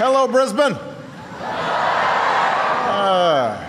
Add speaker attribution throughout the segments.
Speaker 1: Hello, Brisbane. Uh,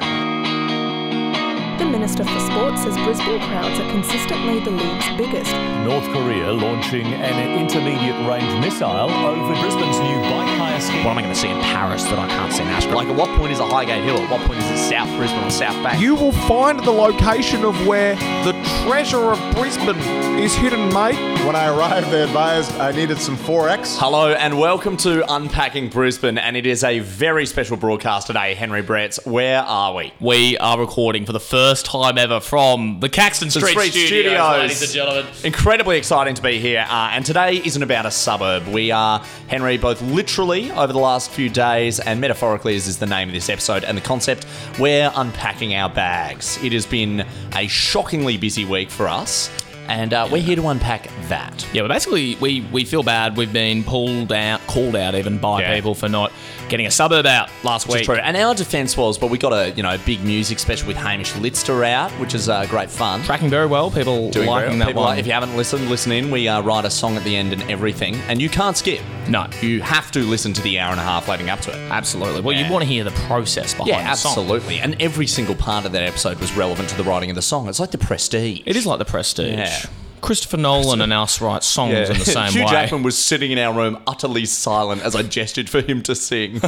Speaker 2: The Minister for Sport says Brisbane crowds are consistently the league's biggest.
Speaker 3: North Korea launching an intermediate range missile over Brisbane's new bike hire scheme.
Speaker 4: What am I going to see in Paris that I can't see in Ashburn? Like, at what point is a Highgate Hill? At what point is it South Brisbane or South Bank?
Speaker 5: You will find the location of where the treasure of Brisbane is hidden, mate.
Speaker 1: When I arrived, they advised I needed some 4X.
Speaker 4: Hello and welcome to Unpacking Brisbane, and it is a very special broadcast today. Henry Brett's, where are we?
Speaker 6: We are recording for the first time ever from the Caxton Street,
Speaker 4: Street
Speaker 6: Studios,
Speaker 4: Studios.
Speaker 6: ladies and gentlemen.
Speaker 4: Incredibly exciting to be here, uh, and today isn't about a suburb. We are, Henry, both literally over the last few days and metaphorically, as is the name of this episode and the concept, we're unpacking our bags. It has been a shockingly busy week for us, and uh, we're here to unpack that.
Speaker 6: Yeah, but basically, we, we feel bad. We've been pulled out, called out even by
Speaker 4: Yeah.
Speaker 6: people for not getting a suburb out last
Speaker 4: Which
Speaker 6: week.
Speaker 4: is true. And our defence was, but we got a you know big music special with Hamish Litster out, which is uh, great fun.
Speaker 6: Tracking very well. People
Speaker 4: Doing
Speaker 6: liking
Speaker 4: very-
Speaker 6: that
Speaker 4: people
Speaker 6: one.
Speaker 4: like- if you haven't listened, listen in. We uh, write a song at the end and everything, and you can't skip.
Speaker 6: No.
Speaker 4: you have to listen to the hour and a half leading up to it.
Speaker 6: absolutely. Well,
Speaker 4: Yeah.
Speaker 6: you want to hear the process behind
Speaker 4: Yeah,
Speaker 6: the song.
Speaker 4: absolutely. And every single part of that episode was relevant to the writing of the song. It's like the prestige.
Speaker 6: It is like the prestige.
Speaker 4: Yeah.
Speaker 6: Christopher Nolan and us write songs in the same
Speaker 4: Hugh
Speaker 6: way.
Speaker 4: Jackman was sitting in our room, utterly silent, as I gestured for him to sing.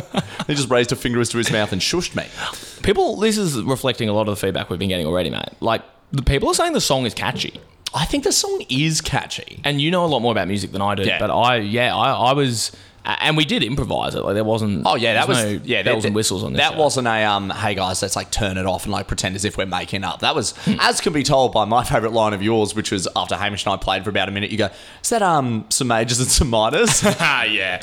Speaker 4: he just raised a finger to his mouth and shushed me.
Speaker 6: People, this is reflecting a lot of the feedback we've been getting already, mate. Like, the people are saying the song is catchy.
Speaker 4: I think the song is catchy.
Speaker 6: and you know a lot more about music than I do.
Speaker 4: Yeah.
Speaker 6: But I, yeah, I, I was, a- and we did improvise it. Like there wasn't.
Speaker 4: Oh yeah, that was
Speaker 6: there's no
Speaker 4: yeah
Speaker 6: bells
Speaker 4: that,
Speaker 6: and whistles on this.
Speaker 4: That
Speaker 6: show.
Speaker 4: wasn't a um. Hey guys, let's like turn it off and like pretend as if we're making up. That was as can be told by my favorite line of yours, which was after Hamish and I played for about a minute. You go, is that um some majors and some minors?
Speaker 6: Ah, yeah.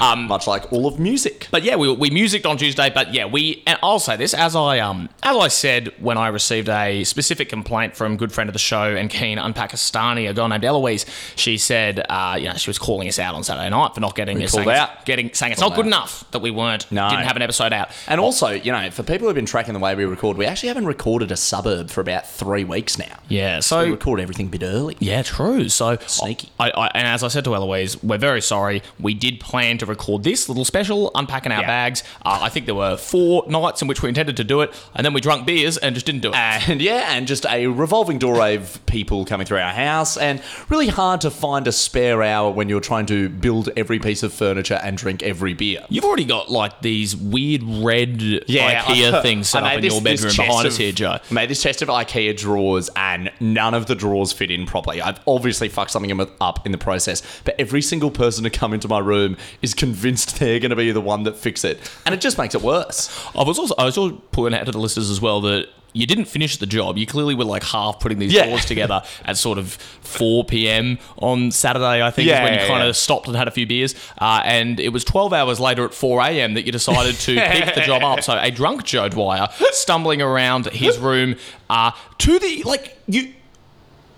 Speaker 4: um, much like all of music.
Speaker 6: But yeah, we we musicked on Tuesday. But yeah, we and I'll say this as I um as I said when I received a specific complaint from good friend of the show and keen unpakistani, a girl named Eloise. She said, uh, you know, she was calling us out on Saturday night for not getting this
Speaker 4: called
Speaker 6: saying,
Speaker 4: out.
Speaker 6: getting saying it's
Speaker 4: Called
Speaker 6: not
Speaker 4: out.
Speaker 6: good enough that we weren't
Speaker 4: No.
Speaker 6: didn't have an episode out.
Speaker 4: And also, you know, for people who've been tracking the way we record, we actually haven't recorded a suburb for about three weeks now.
Speaker 6: Yeah,
Speaker 4: We
Speaker 6: so
Speaker 4: record everything a bit early.
Speaker 6: Yeah, true. So
Speaker 4: Sneaky.
Speaker 6: I, I, and as I said to Eloise, we're very sorry. We did plan to record this little special, unpacking our
Speaker 4: Yeah.
Speaker 6: bags. Uh, I think there were four nights in which we intended to do it, and then we drunk beers and just didn't do it.
Speaker 4: And yeah, and just a revolving door of people coming through our house, and really hard to find a spare hour when you're trying to build every piece of furniture and drink every beer.
Speaker 6: You've already got like these weird red IKEA things set
Speaker 4: I
Speaker 6: up
Speaker 4: made
Speaker 6: in
Speaker 4: this-
Speaker 6: your
Speaker 4: this
Speaker 6: bedroom
Speaker 4: chest
Speaker 6: behind us
Speaker 4: of-
Speaker 6: here, Joe.
Speaker 4: I made this chest of IKEA drawers, and none of the drawers fit in properly. I've obviously fucked something in- up in the process, but every single person to come into my room is convinced they're going to be the one that fix it, and it just makes it worse.
Speaker 6: I was also I was also pointing out to the listeners as well that you didn't finish the job. You clearly were like half putting these
Speaker 4: Yeah.
Speaker 6: doors together at sort of 4 p.m. on Saturday, I think, is
Speaker 4: Yeah,
Speaker 6: when you
Speaker 4: yeah,
Speaker 6: kind
Speaker 4: yeah.
Speaker 6: of stopped and had a few beers. Uh, and it was 12 hours later at 4 a.m. that you decided to pick the job up. So a drunk Joe Dwyer stumbling around his room uh, to the, like, you,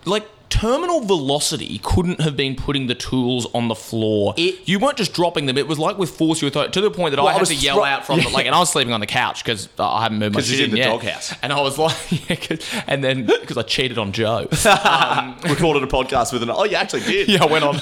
Speaker 6: like, Terminal velocity couldn't have been putting the tools on the floor.
Speaker 4: It-
Speaker 6: you weren't just dropping them; it was like with force. You were throw- to the point that I
Speaker 4: Well, I
Speaker 6: had
Speaker 4: was
Speaker 6: to yell
Speaker 4: thro-
Speaker 6: out from it, like, and I was sleeping on the couch because I hadn't moved my
Speaker 4: 'Cause
Speaker 6: shit
Speaker 4: you're in the
Speaker 6: yet.
Speaker 4: doghouse.
Speaker 6: And I was like, yeah, 'cause- and then because I cheated on Joe, um,
Speaker 4: Recorded a podcast with an oh, you actually did.
Speaker 6: yeah, I went on.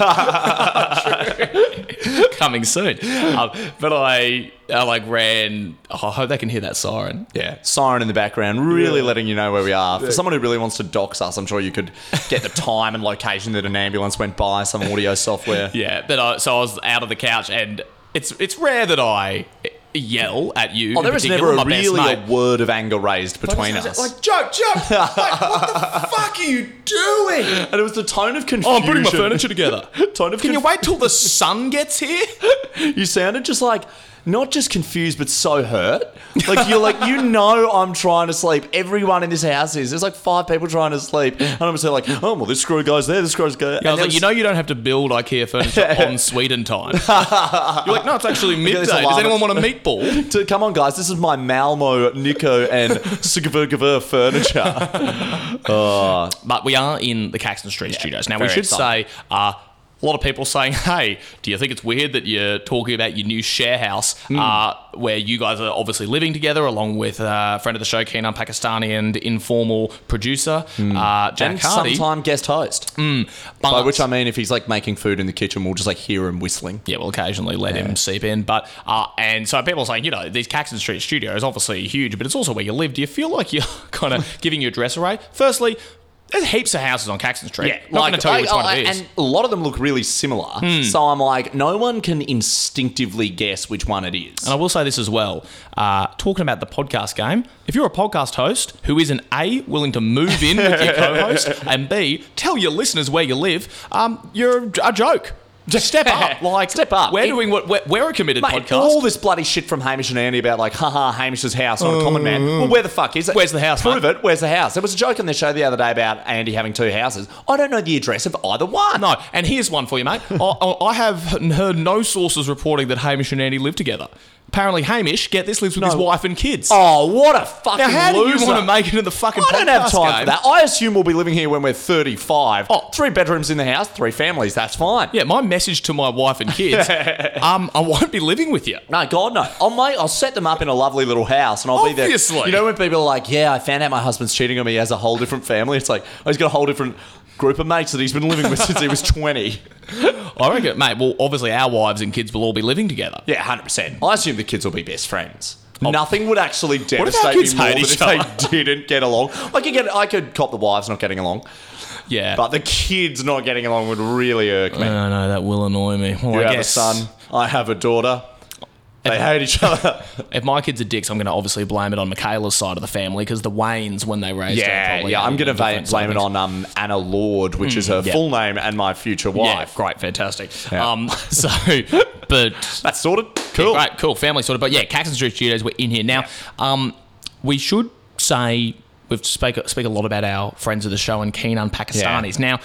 Speaker 6: Coming soon, um, but I, I like ran. Oh, I hope they can hear that siren.
Speaker 4: Yeah, siren in the background, really letting you know where we are. For someone who really wants to dox us, I'm sure you could get the time and location that an ambulance went by, some audio software.
Speaker 6: Yeah, but I, so I was out of the couch, and it's it's rare that I yell at you.
Speaker 4: Oh, there was never a really a
Speaker 6: mate.
Speaker 4: word of anger raised between us.
Speaker 6: joke, joke. Like, what the fuck are you doing?
Speaker 4: and it was the tone of confusion.
Speaker 6: Oh, I'm putting my furniture together.
Speaker 4: tone of
Speaker 6: Can you
Speaker 4: conf-
Speaker 6: wait till the sun gets here?
Speaker 4: You sounded just like not just confused, but so hurt. Like you're like you know I'm trying to sleep. Everyone in this house is. There's like five people trying to sleep, and I'm just like, oh well, this screw goes there, this screw goes. there.
Speaker 6: I
Speaker 4: And
Speaker 6: was like, you know, you don't have to build IKEA furniture on Sweden time. You're like, no, it's actually midday.
Speaker 4: there's a
Speaker 6: Does
Speaker 4: llama.
Speaker 6: anyone want a meatball?
Speaker 4: To, come on, guys. This is my Malmo, Nico, and Sugavur furniture.
Speaker 6: But we are in the Caxton Street Studios now. We
Speaker 4: very
Speaker 6: should
Speaker 4: exciting.
Speaker 6: say, uh, a lot of people saying, "Hey, do you think it's weird that you're talking about your new share house,
Speaker 4: Hmm.
Speaker 6: uh, where you guys are obviously living together, along with uh, friend of the show, Keenan Pakistani, and informal producer uh, Jack
Speaker 4: Hmm. and
Speaker 6: Hardy?"
Speaker 4: sometime guest host.
Speaker 6: But-
Speaker 4: By which I mean, if he's like making food in the kitchen, we'll just like hear him whistling.
Speaker 6: yeah, we'll occasionally let him seep in, but uh, and so people are saying, you know, these Caxton Street studio is obviously huge, but it's also where you live. Do you feel like you're kind of giving your address away? Firstly, there's heaps of houses on Caxton Street. not going to tell you which
Speaker 4: I-
Speaker 6: one it
Speaker 4: I-
Speaker 6: is.
Speaker 4: oh,
Speaker 6: Hmm.
Speaker 4: And a lot of them look really similar. So I'm like, no one can instinctively guess which one it is.
Speaker 6: And I will say this as well. Uh, talking about the podcast game, if you're a podcast host who is an A, willing to move in with your co host, and B, tell your listeners where you live, um, you're a joke. Just step up. Like,
Speaker 4: Step up.
Speaker 6: We're
Speaker 4: It-
Speaker 6: doing what we're, we're a committed
Speaker 4: Mate,
Speaker 6: podcast.
Speaker 4: all this bloody shit from Hamish and Andy about like, haha, Hamish's house on a common man. Well, where the fuck is it?
Speaker 6: Where's the house,
Speaker 4: Prove
Speaker 6: mate?
Speaker 4: it. Where's the house? There was a joke on the show the other day about Andy having two houses. I don't know the address of either one.
Speaker 6: no, and here's one for you, mate. I, I I have heard no sources reporting that Hamish and Andy live together. Apparently, Hamish, get this, lives with his wife and kids.
Speaker 4: Oh, what a fucking
Speaker 6: now, how
Speaker 4: loser.
Speaker 6: do you want to make it into the fucking
Speaker 4: I don't have
Speaker 6: podcast
Speaker 4: time
Speaker 6: game?
Speaker 4: for that. I assume we'll be living here when we're 35. Oh, three bedrooms in the house, three families. That's fine.
Speaker 6: Yeah, my message to my wife and kids, um, I won't be living with you.
Speaker 4: No, God, no. I'll, mate, I'll set them up in a lovely little house and I'll be
Speaker 6: Obviously.
Speaker 4: there. You know when people are like, yeah, I found out my husband's cheating on me. He has a whole different family. It's like, oh, he's got a whole different group of mates that he's been living with since he was 20.
Speaker 6: I reckon, mate. Well, obviously, our wives and kids will all be living together.
Speaker 4: Yeah, 100%. I assume the kids will be best friends. Nothing would actually
Speaker 6: Oh. if our
Speaker 4: devastate me
Speaker 6: kids
Speaker 4: more
Speaker 6: hate
Speaker 4: than
Speaker 6: each
Speaker 4: if they didn't get along. I could, get, I could cop the wives not getting along,
Speaker 6: Yeah.
Speaker 4: but the kids not getting along would really irk me.
Speaker 6: no, no, that will annoy me. Well,
Speaker 4: You
Speaker 6: Uh, I
Speaker 4: have
Speaker 6: guess
Speaker 4: a son. I have a daughter. They hate each other.
Speaker 6: If my kids are dicks, I'm going to obviously blame it on Michaela's side of the family because the Waynes, when they raised her,
Speaker 4: yeah,
Speaker 6: probably
Speaker 4: yeah.
Speaker 6: had
Speaker 4: I'm
Speaker 6: a
Speaker 4: going to
Speaker 6: different side
Speaker 4: blame
Speaker 6: of
Speaker 4: it
Speaker 6: things.
Speaker 4: on um, Anna Lord, which is her
Speaker 6: yeah.
Speaker 4: full name and my future
Speaker 6: Yeah,
Speaker 4: wife.
Speaker 6: great, fantastic.
Speaker 4: Yeah.
Speaker 6: Um, so, but
Speaker 4: That's sorted.
Speaker 6: cool.
Speaker 4: Cool.
Speaker 6: right, cool. Family sort of. But yeah, Caxton Street Studios, we're in here now. Um, we should say we've speak speak a lot about our friends of the show and Keenan Pakistanis. Now,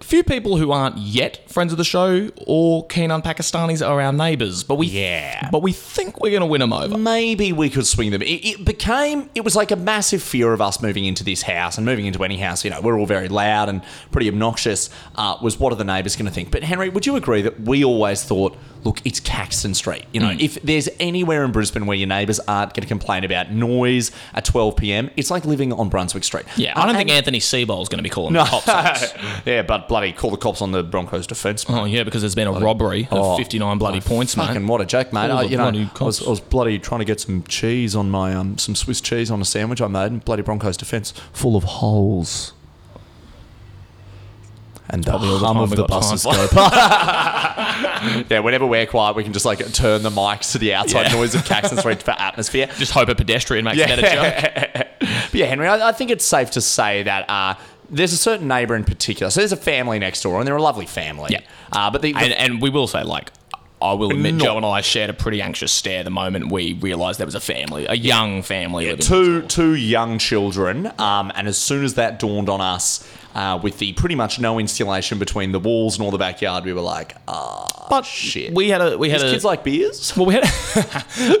Speaker 6: few people who aren't yet friends of the show or Keenan Pakistanis are our neighbours, but we
Speaker 4: Yeah.
Speaker 6: but we think we're going to win them over.
Speaker 4: Maybe we could swing them. It, it became, it was like a massive fear of us moving into this house and moving into any house. You know, we're all very loud and pretty obnoxious. Uh, was what are the neighbours going to think? But Henry, would you agree that we always thought, look, it's Caxton Street. You know,
Speaker 6: Mm.
Speaker 4: if there's anywhere in Brisbane where your neighbours aren't going to complain about noise at 12 p.m., it's like living on Brunswick Street.
Speaker 6: Yeah,
Speaker 4: Uh,
Speaker 6: I don't
Speaker 4: and-
Speaker 6: think Anthony Seabold's going to be calling the cops. on us.
Speaker 4: yeah, but bloody call the cops on the Broncos defence.
Speaker 6: Oh yeah, because there's been a robbery of 59 bloody points, mate.
Speaker 4: Oh. Fucking what a joke, mate!
Speaker 6: All
Speaker 4: I,
Speaker 6: the
Speaker 4: you know,
Speaker 6: bloody
Speaker 4: I was,
Speaker 6: cops.
Speaker 4: I was bloody trying to get some cheese on my um, some Swiss cheese on a sandwich I made, and bloody Broncos defence full of holes. And the
Speaker 6: all the
Speaker 4: hum
Speaker 6: time
Speaker 4: of
Speaker 6: we
Speaker 4: the
Speaker 6: got time
Speaker 4: buses go past. yeah, whenever we're quiet, we can just like turn the mics to the outside
Speaker 6: Yeah.
Speaker 4: noise of Caxton Street for atmosphere.
Speaker 6: Just hope a pedestrian makes a better joke.
Speaker 4: Yeah. but yeah, Henry, I, I think it's safe to say that uh, there's a certain neighbour in particular. So there's a family next door, and they're a lovely family.
Speaker 6: Yeah.
Speaker 4: Uh, but the, the
Speaker 6: and, and we will say, like, I will admit,
Speaker 4: Not-
Speaker 6: Joe and I shared a pretty anxious stare the moment we realised there was a family, a young family. living
Speaker 4: two two young children, um, and as soon as that dawned on us, uh, with the pretty much no insulation between the walls nor the backyard, we were like, ah,
Speaker 6: But
Speaker 4: shit.
Speaker 6: We had a we had
Speaker 4: These
Speaker 6: a Hmm?
Speaker 4: kids like beers.
Speaker 6: well, we had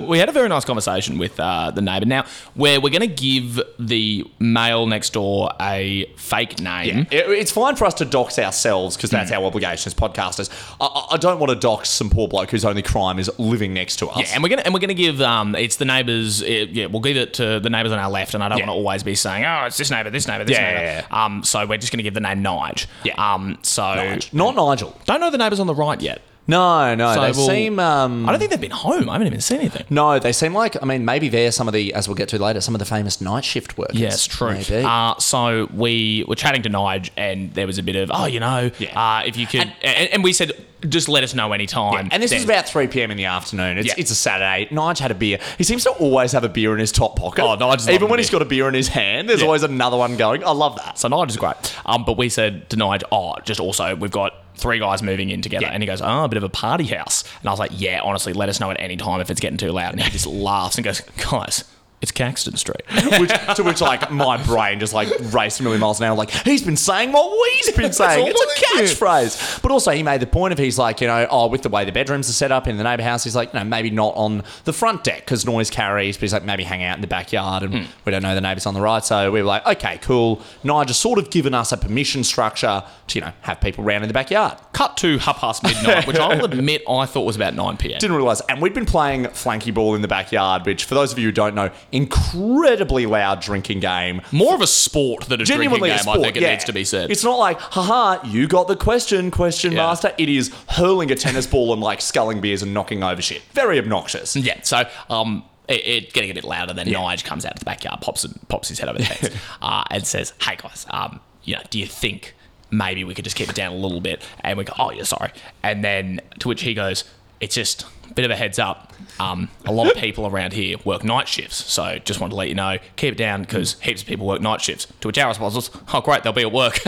Speaker 6: we had a very nice conversation with uh, the neighbour. Now, where we're going to give the male next door a fake name.
Speaker 4: It- it's fine for us to dox ourselves because that's
Speaker 6: Hmm.
Speaker 4: our obligation as podcasters. I- I, I don't want to dox some poor bloke whose only crime is living next to us.
Speaker 6: Yeah, and we're gonna and we're gonna give um, it's the neighbours. uh yeah, we'll give it to the neighbours on our left, and I don't
Speaker 4: Yeah.
Speaker 6: want to always be saying, oh, it's this neighbour, this neighbour, this
Speaker 4: Yeah,
Speaker 6: neighbour.
Speaker 4: yeah,
Speaker 6: Um, so we're just gonna give the name Nige.
Speaker 4: Yeah.
Speaker 6: Um, so
Speaker 4: Not Nigel.
Speaker 6: don't know the neighbours on the right yet.
Speaker 4: No, no.
Speaker 6: So
Speaker 4: they
Speaker 6: we'll-
Speaker 4: seem. Um,
Speaker 6: I don't think they've been home. I haven't even seen anything.
Speaker 4: no, they seem like. I mean, maybe they're some of the, as we'll get to later, some of the famous night shift workers.
Speaker 6: Yes, true.
Speaker 4: Maybe.
Speaker 6: Uh, so we were chatting to Nige, and there was a bit of, oh, you know,
Speaker 4: Yeah.
Speaker 6: uh, if you could,
Speaker 4: And-
Speaker 6: and, and, we said, just let us know anytime.
Speaker 4: and this
Speaker 6: then.
Speaker 4: is about 3 p.m. in the afternoon. It's,
Speaker 6: Yeah.
Speaker 4: it's a Saturday. Nige had a beer. He seems to always have a beer in his top pocket.
Speaker 6: Oh, Nigel's
Speaker 4: Even
Speaker 6: loving
Speaker 4: when
Speaker 6: the
Speaker 4: he's got a beer in his hand, there's
Speaker 6: Yeah.
Speaker 4: always another one going. I love that.
Speaker 6: So Nigel's great. Um, but we said to Nige, oh, just also, we've got three guys moving in together.
Speaker 4: Yeah.
Speaker 6: And he goes, oh, a bit of a party house. And I was like, yeah, honestly, let us know at any time if it's getting too loud. And he just laughs and goes, guys, It's Caxton Street.
Speaker 4: which, to which like my brain just like raced a million miles an hour. Like he's been saying what we've been saying.
Speaker 6: all it
Speaker 4: it's
Speaker 6: is.
Speaker 4: a catchphrase. But also he made the point of he's like you know oh with the way the bedrooms are set up in the neighbour house, he's like you know maybe not on the front deck because noise carries. But he's like maybe hang out in the backyard and we don't know the neighbours on the right. So we were like okay cool. Nigel's sort of given us a permission structure to you know have people round in the backyard.
Speaker 6: Cut to half past midnight, which I'll admit I thought was about 9 p.m.
Speaker 4: Didn't realise. And we'd been playing flanky ball in the backyard, which, for those of you who don't know, incredibly loud drinking game.
Speaker 6: More of a sport than a
Speaker 4: genuinely
Speaker 6: drinking
Speaker 4: a
Speaker 6: game,
Speaker 4: sport.
Speaker 6: I think it
Speaker 4: yeah.
Speaker 6: needs to be said.
Speaker 4: It's not like, haha, you got the question, question
Speaker 6: Yeah.
Speaker 4: master. It is hurling a tennis ball and like sculling beers and knocking over shit. Very obnoxious.
Speaker 6: Yeah, so um, it, it getting a bit louder. Then Nige comes out of the backyard, pops and pops his head over the fence, uh, and says, "Hey guys, um, you know, do you think maybe we could just keep it down a little bit?" And we go, "Oh yeah, sorry." And then to which he goes, "It's just a bit of a heads up. Um, a lot of people around here work night shifts, so just wanted to let you know, keep it down because heaps of people work night shifts." To which our response was, "Oh great, they'll be at work."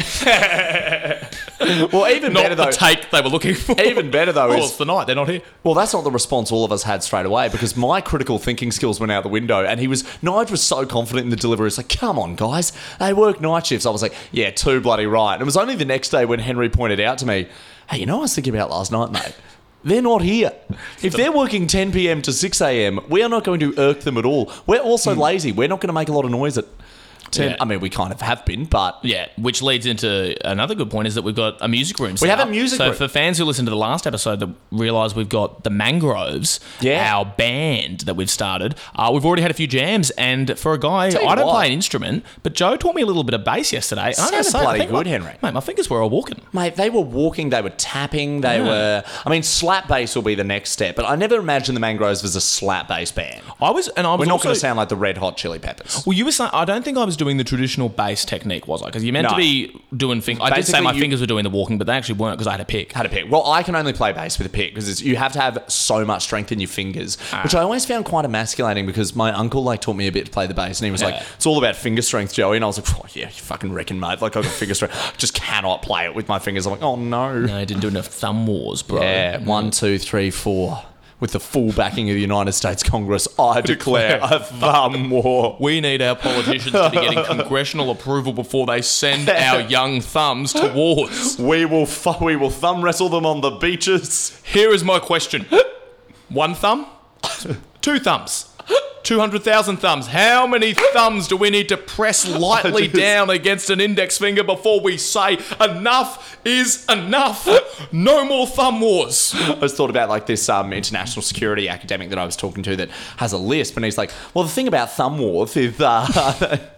Speaker 4: Well, even
Speaker 6: not
Speaker 4: better though.
Speaker 6: the take they were looking for.
Speaker 4: Even better, though,
Speaker 6: Well,
Speaker 4: is-
Speaker 6: it's the night they're not here.
Speaker 4: well, that's not the response all of us had straight away because my critical thinking skills went out the window, and he was Nige was so confident in the delivery. It's like, come on, guys, they work night shifts. I was like, yeah, too bloody right. And it was only the next day when Henry pointed out to me, hey, you know, what I was thinking about last night, mate. They're not here. If they're working 10 p.m. to 6 a.m., we are not going to irk them at all. We're also lazy. We're not going to make a lot of noise at 10.
Speaker 6: Yeah.
Speaker 4: I mean, we kind of have been, but
Speaker 6: Yeah, which leads into another good point is that we've got a music room. set
Speaker 4: have a
Speaker 6: up.
Speaker 4: music
Speaker 6: so
Speaker 4: room.
Speaker 6: for fans who listened to the last episode that realise we've got the Mangroves,
Speaker 4: Yeah.
Speaker 6: our band that we've started. Uh, we've already had a few jams, and for a guy,
Speaker 4: Tell you
Speaker 6: I don't
Speaker 4: what.
Speaker 6: play an instrument, but Joe taught me a little bit of bass yesterday. and I
Speaker 4: Sounded
Speaker 6: gotta say, I
Speaker 4: bloody
Speaker 6: think
Speaker 4: good,
Speaker 6: my-
Speaker 4: Henry.
Speaker 6: Mate, my fingers were all walking.
Speaker 4: Mate, they were walking, they were tapping, they were. I mean, slap bass will be the next step, but I never imagined the Mangroves was a slap bass band.
Speaker 6: I was, and I was
Speaker 4: We're not
Speaker 6: also-
Speaker 4: going to sound like the Red Hot Chili Peppers.
Speaker 6: Well, you were saying I don't think I was doing the traditional bass technique, was I? Because you meant
Speaker 4: No.
Speaker 6: to be doing things. I did say
Speaker 4: Basically,
Speaker 6: my
Speaker 4: you-
Speaker 6: fingers were doing the walking, but they actually weren't because I had a pick.
Speaker 4: Had a pick. Well, I can only play bass with a pick because you have to have so much strength in your fingers,
Speaker 6: Ah.
Speaker 4: which I always found quite emasculating because my uncle like taught me a bit to play the bass, and he was like,
Speaker 6: Yeah.
Speaker 4: "It's all about finger strength, Joey." And I was like, oh, "Yeah, you fucking reckon, mate. Like I got finger strength, just cannot play it with my fingers." I'm like, "Oh
Speaker 6: No, I didn't do enough thumb wars, bro.
Speaker 4: Yeah, one, two, three, four. With the full backing of the United States Congress, I declare a thumb war.
Speaker 6: We need our politicians to be getting congressional approval before they send our young thumbs to wars.
Speaker 4: We will, fu- we will thumb wrestle them on the beaches.
Speaker 6: Here is my question one thumb, two thumbs. 200,000 thumbs. How many thumbs do we need to press lightly down against an index finger before we say enough is enough? No more thumb wars.
Speaker 4: I was thought about like this um, international security academic that I was talking to that has a lisp, and he's like, "Well, the thing about thumb wars is." Uh,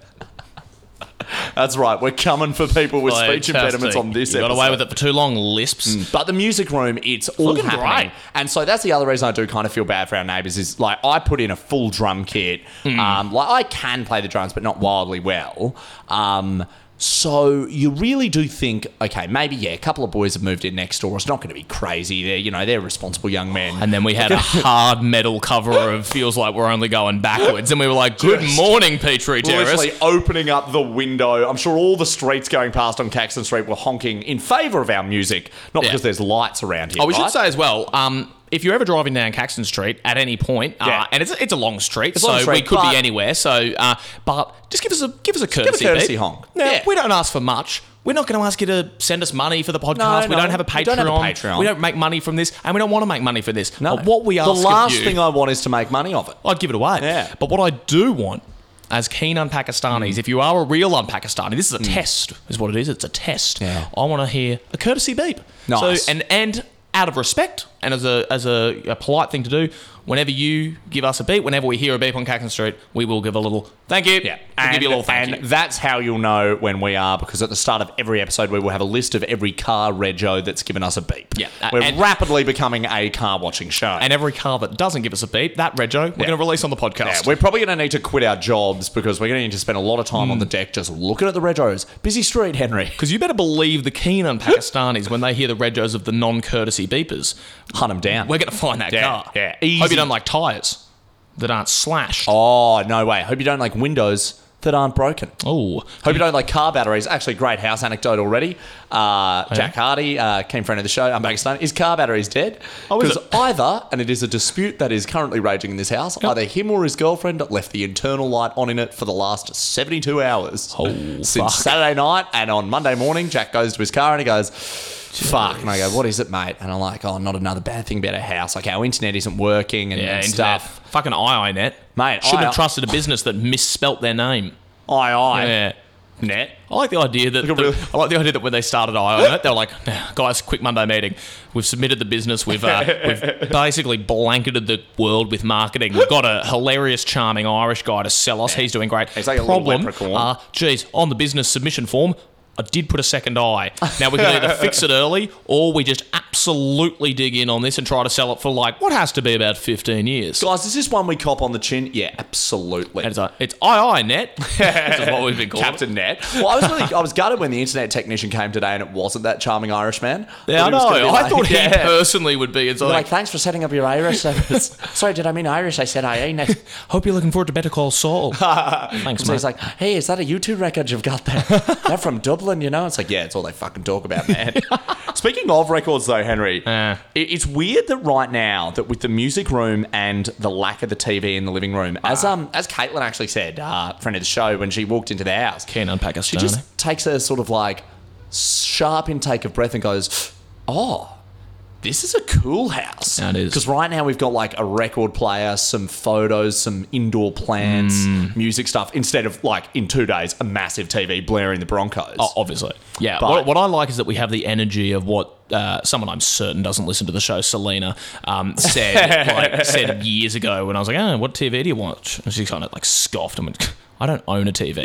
Speaker 4: That's right. We're coming for people with speech impediments on this Mm.
Speaker 6: You
Speaker 4: episode.
Speaker 6: got away with it for too long, lisps.
Speaker 4: But the music room, it's all
Speaker 6: looking
Speaker 4: happening.
Speaker 6: great.
Speaker 4: And so that's the other reason I do kind of feel bad for our neighbours is like I put in a full drum kit.
Speaker 6: Hmm.
Speaker 4: Um, like I can play the drums, but not wildly well. Um, so you really do think, okay, maybe yeah, a couple of boys have moved in next door. It's not going to be crazy. They're you know they're responsible young men.
Speaker 6: And then we had a hard metal cover of Feels Like We're Only Going Backwards. And we were like, Good morning, Petrie Terrace.
Speaker 4: Literally opening up the window. I'm sure all the streets going past on Caxton Street were honking in favour of our music, not
Speaker 6: Yeah.
Speaker 4: because there's lights around here.
Speaker 6: Oh, we
Speaker 4: right?
Speaker 6: should say as well, um, if you're ever driving down Caxton Street at any point, uh,
Speaker 4: Yeah.
Speaker 6: and it's, it's a long street,
Speaker 4: a
Speaker 6: so
Speaker 4: long
Speaker 6: we
Speaker 4: street,
Speaker 6: could
Speaker 4: but-
Speaker 6: be anywhere. So, uh, but just give us a give us a courtesy,
Speaker 4: courtesy
Speaker 6: beep.
Speaker 4: honk.
Speaker 6: Now,
Speaker 4: Yeah.
Speaker 6: we don't ask for much. We're not going to ask you to send us money for the podcast.
Speaker 4: No,
Speaker 6: we
Speaker 4: no,
Speaker 6: don't have a
Speaker 4: we
Speaker 6: Patreon.
Speaker 4: don't have a Patreon.
Speaker 6: We don't make money from this, and we don't want to make money for this.
Speaker 4: No.
Speaker 6: But what we ask
Speaker 4: the
Speaker 6: of
Speaker 4: last
Speaker 6: you-
Speaker 4: thing I want is to make money off it.
Speaker 6: I'd give it away.
Speaker 4: Yeah. Mm.
Speaker 6: But what I do want, as keen Pakistanis, if you are a real Pakistani, this is a test, is what it is. It's a test.
Speaker 4: Yeah.
Speaker 6: I want to hear a courtesy beep.
Speaker 4: Nice.
Speaker 6: So and and out of respect and as a as a, a polite thing to do, whenever you give us a beep, whenever we hear a beep on Caxton Street, we will give a little thank you.
Speaker 4: Yeah,
Speaker 6: We'll
Speaker 4: and,
Speaker 6: give you a little thank
Speaker 4: and
Speaker 6: you.
Speaker 4: that's how you'll know when we are, because at the start of every episode, we will have a list of every car rego that's given us a beep.
Speaker 6: Yeah, uh,
Speaker 4: we're
Speaker 6: and-
Speaker 4: rapidly becoming a car watching show.
Speaker 6: and every car that doesn't give us a beep, that rego, we're going to release on the podcast.
Speaker 4: yeah, we're probably going to need to quit our jobs because we're going to need to spend a lot of time on
Speaker 6: Hmm.
Speaker 4: the deck just looking at the regos. Busy street, Henry.
Speaker 6: because you better believe the keen on Pakistanis when they hear the regos of the non-courtesy beepers.
Speaker 4: Hunt them down.
Speaker 6: We're gonna find that
Speaker 4: Yeah,
Speaker 6: car.
Speaker 4: yeah,
Speaker 6: Hope
Speaker 4: easy.
Speaker 6: you don't like tires that aren't slashed.
Speaker 4: oh no way! Hope you don't like windows that aren't broken.
Speaker 6: Oh,
Speaker 4: Hope you don't like car batteries. Actually, great house anecdote already.
Speaker 6: Oh,
Speaker 4: Uh, Jack Hardy, uh, keen friend of the show, I'm Pakistan. Is car batteries dead?
Speaker 6: Oh, is
Speaker 4: Because either, and it is a dispute that is currently raging in this house, either him or his girlfriend left the internal light on in it for the last 72 hours.
Speaker 6: Oh,
Speaker 4: Since
Speaker 6: fuck.
Speaker 4: Saturday night and on Monday morning, Jack goes to his car and he goes, Fuck. And I go, what is it, mate? And I'm like, oh, not another bad thing about our house. Like, our internet isn't working and,
Speaker 6: yeah,
Speaker 4: and
Speaker 6: internet.
Speaker 4: stuff.
Speaker 6: Fucking IINet.
Speaker 4: Mate,
Speaker 6: Shouldn't
Speaker 4: II
Speaker 6: have trusted a business that misspelt their name.
Speaker 4: Aye, aye.
Speaker 6: Yeah. Net. I like the idea that
Speaker 4: Look at
Speaker 6: the-
Speaker 4: really-
Speaker 6: I like the idea that when they started IONet, they were like, "Nah, guys, quick Monday meeting. We've submitted the business. We've uh, we've basically blanketed the world with marketing. We've got a hilarious, charming Irish guy to sell us. He's doing great.
Speaker 4: He's like a little
Speaker 6: Problem?
Speaker 4: leprechaun.
Speaker 6: Uh, geez, on the business submission form. I did put a second eye. Now we can either fix it early or we just absolutely dig in on this and try to sell it for like what has to be about 15 years.
Speaker 4: Guys, is this one we cop on the chin? Yeah, absolutely.
Speaker 6: And it's like, it's IINet. this is what we've been called.
Speaker 4: Captain Ned. Well, I was really, I was gutted when the internet technician came today and it wasn't that charming Irish man.
Speaker 6: Yeah, I
Speaker 4: he was gonna
Speaker 6: know.
Speaker 4: be
Speaker 6: I
Speaker 4: like-
Speaker 6: thought he
Speaker 4: Yeah.
Speaker 6: personally would be. It's
Speaker 4: Like,
Speaker 6: like,
Speaker 4: thanks for setting up your Irish service. Sorry, did I mean Irish? I said I ain't.
Speaker 6: hope you're looking forward to Better Call Saul. Thanks,
Speaker 4: So
Speaker 6: mate.
Speaker 4: he's like, hey, is that a U2 record you've got there? They're from Dublin, you know? It's like, yeah, it's all they fucking talk about, man. Speaking of records, though, Henry,
Speaker 6: Yeah.
Speaker 4: it- it's weird that right now, that with the music room and the lack of the TV in the living room, as um as Caitlin actually said, uh, friend of the show, when she walked into the house,
Speaker 6: Keen on Pakistani.
Speaker 4: she just takes a sort of like sharp intake of breath and goes, oh. This is a cool house.
Speaker 6: Yeah, it is.
Speaker 4: Because right now we've got like a record player, some photos, some indoor plants,
Speaker 6: Mm.
Speaker 4: music stuff, instead of like in two days, a massive TV blaring the Broncos.
Speaker 6: Oh, obviously. Yeah.
Speaker 4: But-
Speaker 6: what, what I like is that we have the energy of what uh, someone I'm certain doesn't listen to the show, Selena, um, said like, said years ago when I was like, oh, what TV do you watch? And she kind of like scoffed and went, I don't own a TV.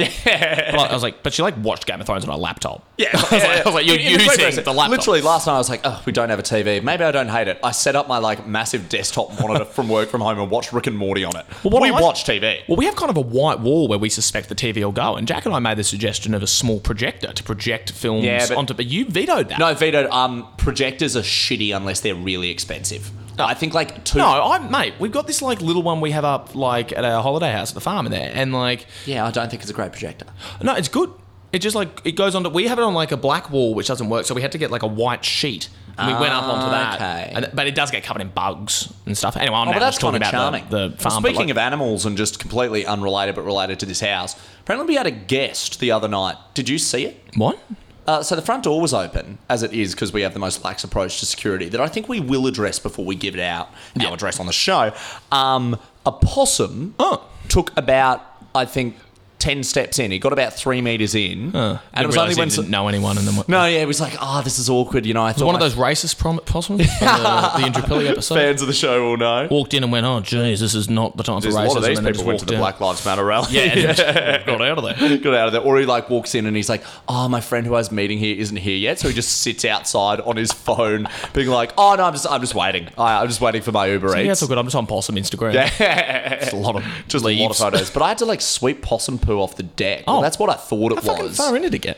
Speaker 6: but I was like, but she like watched Game of Thrones on her laptop.
Speaker 4: Yeah,
Speaker 6: I was like, I was like, you're
Speaker 4: In- in
Speaker 6: using
Speaker 4: progress.
Speaker 6: the laptop.
Speaker 4: Literally last night, I was like, "Oh, we don't have a TV. Maybe I don't hate it." I set up my like massive desktop monitor from work from home and watched Rick and Morty on it.
Speaker 6: Well, what
Speaker 4: we
Speaker 6: I-
Speaker 4: watch TV.
Speaker 6: Well, we have kind of a white wall where we suspect the TV will go, and Jack and I made the suggestion of a small projector to project films
Speaker 4: Yeah, but-
Speaker 6: onto. But you vetoed that.
Speaker 4: No, Vito. Um, projectors are shitty unless they're really expensive. I think like two.
Speaker 6: Oh. no, I mate, we've got this like little one we have up like at our holiday house at the farm in there, and like,
Speaker 4: Yeah, I don't think it's a great projector.
Speaker 6: no, it's good. It just like it goes onto. We have it on like a black wall, which doesn't work, so we had to get like a white sheet. And we went up onto that,
Speaker 4: Ah, Okay.
Speaker 6: And- but it does get covered in bugs and stuff. Anyway, I'm
Speaker 4: Oh,
Speaker 6: not
Speaker 4: but that's
Speaker 6: just
Speaker 4: kind
Speaker 6: talking
Speaker 4: of charming.
Speaker 6: about the, the farm.
Speaker 4: Well,
Speaker 6: but,
Speaker 4: speaking of
Speaker 6: like-
Speaker 4: animals and just completely unrelated but related to this house, apparently we had a guest the other night. Did you see it?
Speaker 6: what,
Speaker 4: Uh, so the front door was open, as it is, because we have the most lax approach to security that I think we will address before we give it out. Our address on the show. Um, a possum
Speaker 6: Oh.
Speaker 4: took about, I think, ten steps in. He got about three meters in, and it was only when.
Speaker 6: didn't know anyone, and then what,
Speaker 4: no, yeah, it was like, oh, this is awkward. You know, I thought
Speaker 6: one of
Speaker 4: my-
Speaker 6: those racist prom- possums from the, the Andrew Pilley episode.
Speaker 4: fans of the show will know.
Speaker 6: walked in and went, "Oh, geez, this is not the time
Speaker 4: There's
Speaker 6: for
Speaker 4: a
Speaker 6: racism."
Speaker 4: lot of these
Speaker 6: and then
Speaker 4: people
Speaker 6: just
Speaker 4: went to
Speaker 6: walked
Speaker 4: the
Speaker 6: out.
Speaker 4: Black Lives Matter rally.
Speaker 6: Yeah, and just got out of there.
Speaker 4: got out of there. Or he like walks in and he's like, "Oh, my friend who I was meeting here isn't here yet," so he just sits outside on his phone, being like, "Oh no, I'm just I'm just waiting. I, I'm just waiting for my Uber
Speaker 6: Yeah,
Speaker 4: Eats."
Speaker 6: it's all good. I'm just on Possum Instagram.
Speaker 4: just a lot of just a lot of
Speaker 6: leaves.
Speaker 4: photos. But I had to like sweep possum poo off the deck. Well,
Speaker 6: Oh.
Speaker 4: that's what I thought it
Speaker 6: How fucking
Speaker 4: was.
Speaker 6: far in did it get?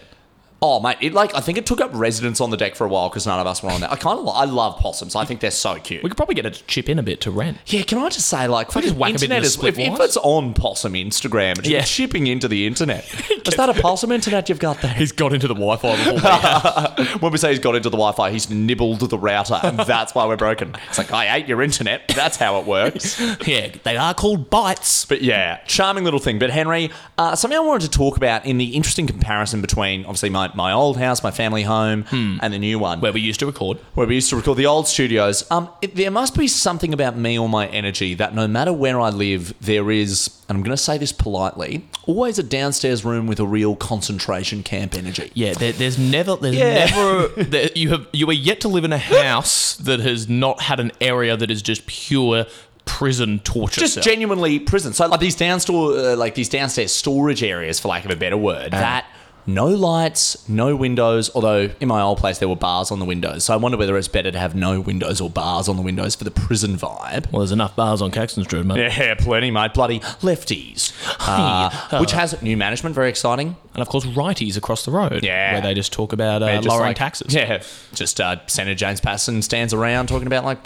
Speaker 4: Oh mate, it like I think it took up residence on the deck for a while because none of us were on there. I kind of I love possums. I think they're so cute.
Speaker 6: We could probably get it to chip in a bit to rent.
Speaker 4: Yeah, can I just say, like,
Speaker 6: just
Speaker 4: fucking
Speaker 6: whack a bit in
Speaker 4: internet
Speaker 6: the
Speaker 4: is
Speaker 6: split
Speaker 4: if, if
Speaker 6: wires?
Speaker 4: it's on Possum Instagram, it's
Speaker 6: Yeah.
Speaker 4: shipping into the internet. is that a Possum internet you've got there?
Speaker 6: He's got into the Wi-Fi before.
Speaker 4: When we say he's got into the Wi-Fi, he's nibbled the router, and that's why we're broken. It's like I ate your internet. That's how it works.
Speaker 6: yeah, they are called bites.
Speaker 4: But yeah, charming little thing. But Henry, uh, something I wanted to talk about in the interesting comparison between obviously my, my old house, my family home, and the new one,
Speaker 6: Hmm. Where we used to record.
Speaker 4: where we used to record the old studios. Um, it- there must be something about me or my energy that no matter where I live, there is, and I'm going to say this politely, always a downstairs room with a real concentration camp energy.
Speaker 6: Yeah, there, there's never, there's
Speaker 4: Yeah.
Speaker 6: never. There, you have, you are yet to live in a house that has not had an area that is just pure prison torture.
Speaker 4: just
Speaker 6: cell.
Speaker 4: genuinely prison. So like these downstairs, uh, like these downstairs storage areas, for lack of a better word, that no lights, no windows. Although in my old place there were bars on the windows, so I wonder whether it's better to have no windows or bars on the windows for the prison vibe.
Speaker 6: well, there's enough bars on Caxton Street, mate.
Speaker 4: Yeah, plenty, mate. Bloody lefties, uh, which has new management, very exciting.
Speaker 6: and of course righties across the road,
Speaker 4: Yeah.
Speaker 6: where they just talk about uh,
Speaker 4: They're just
Speaker 6: lowering
Speaker 4: like-
Speaker 6: taxes.
Speaker 4: Yeah, just uh, Senator James Patterson stands around talking about like,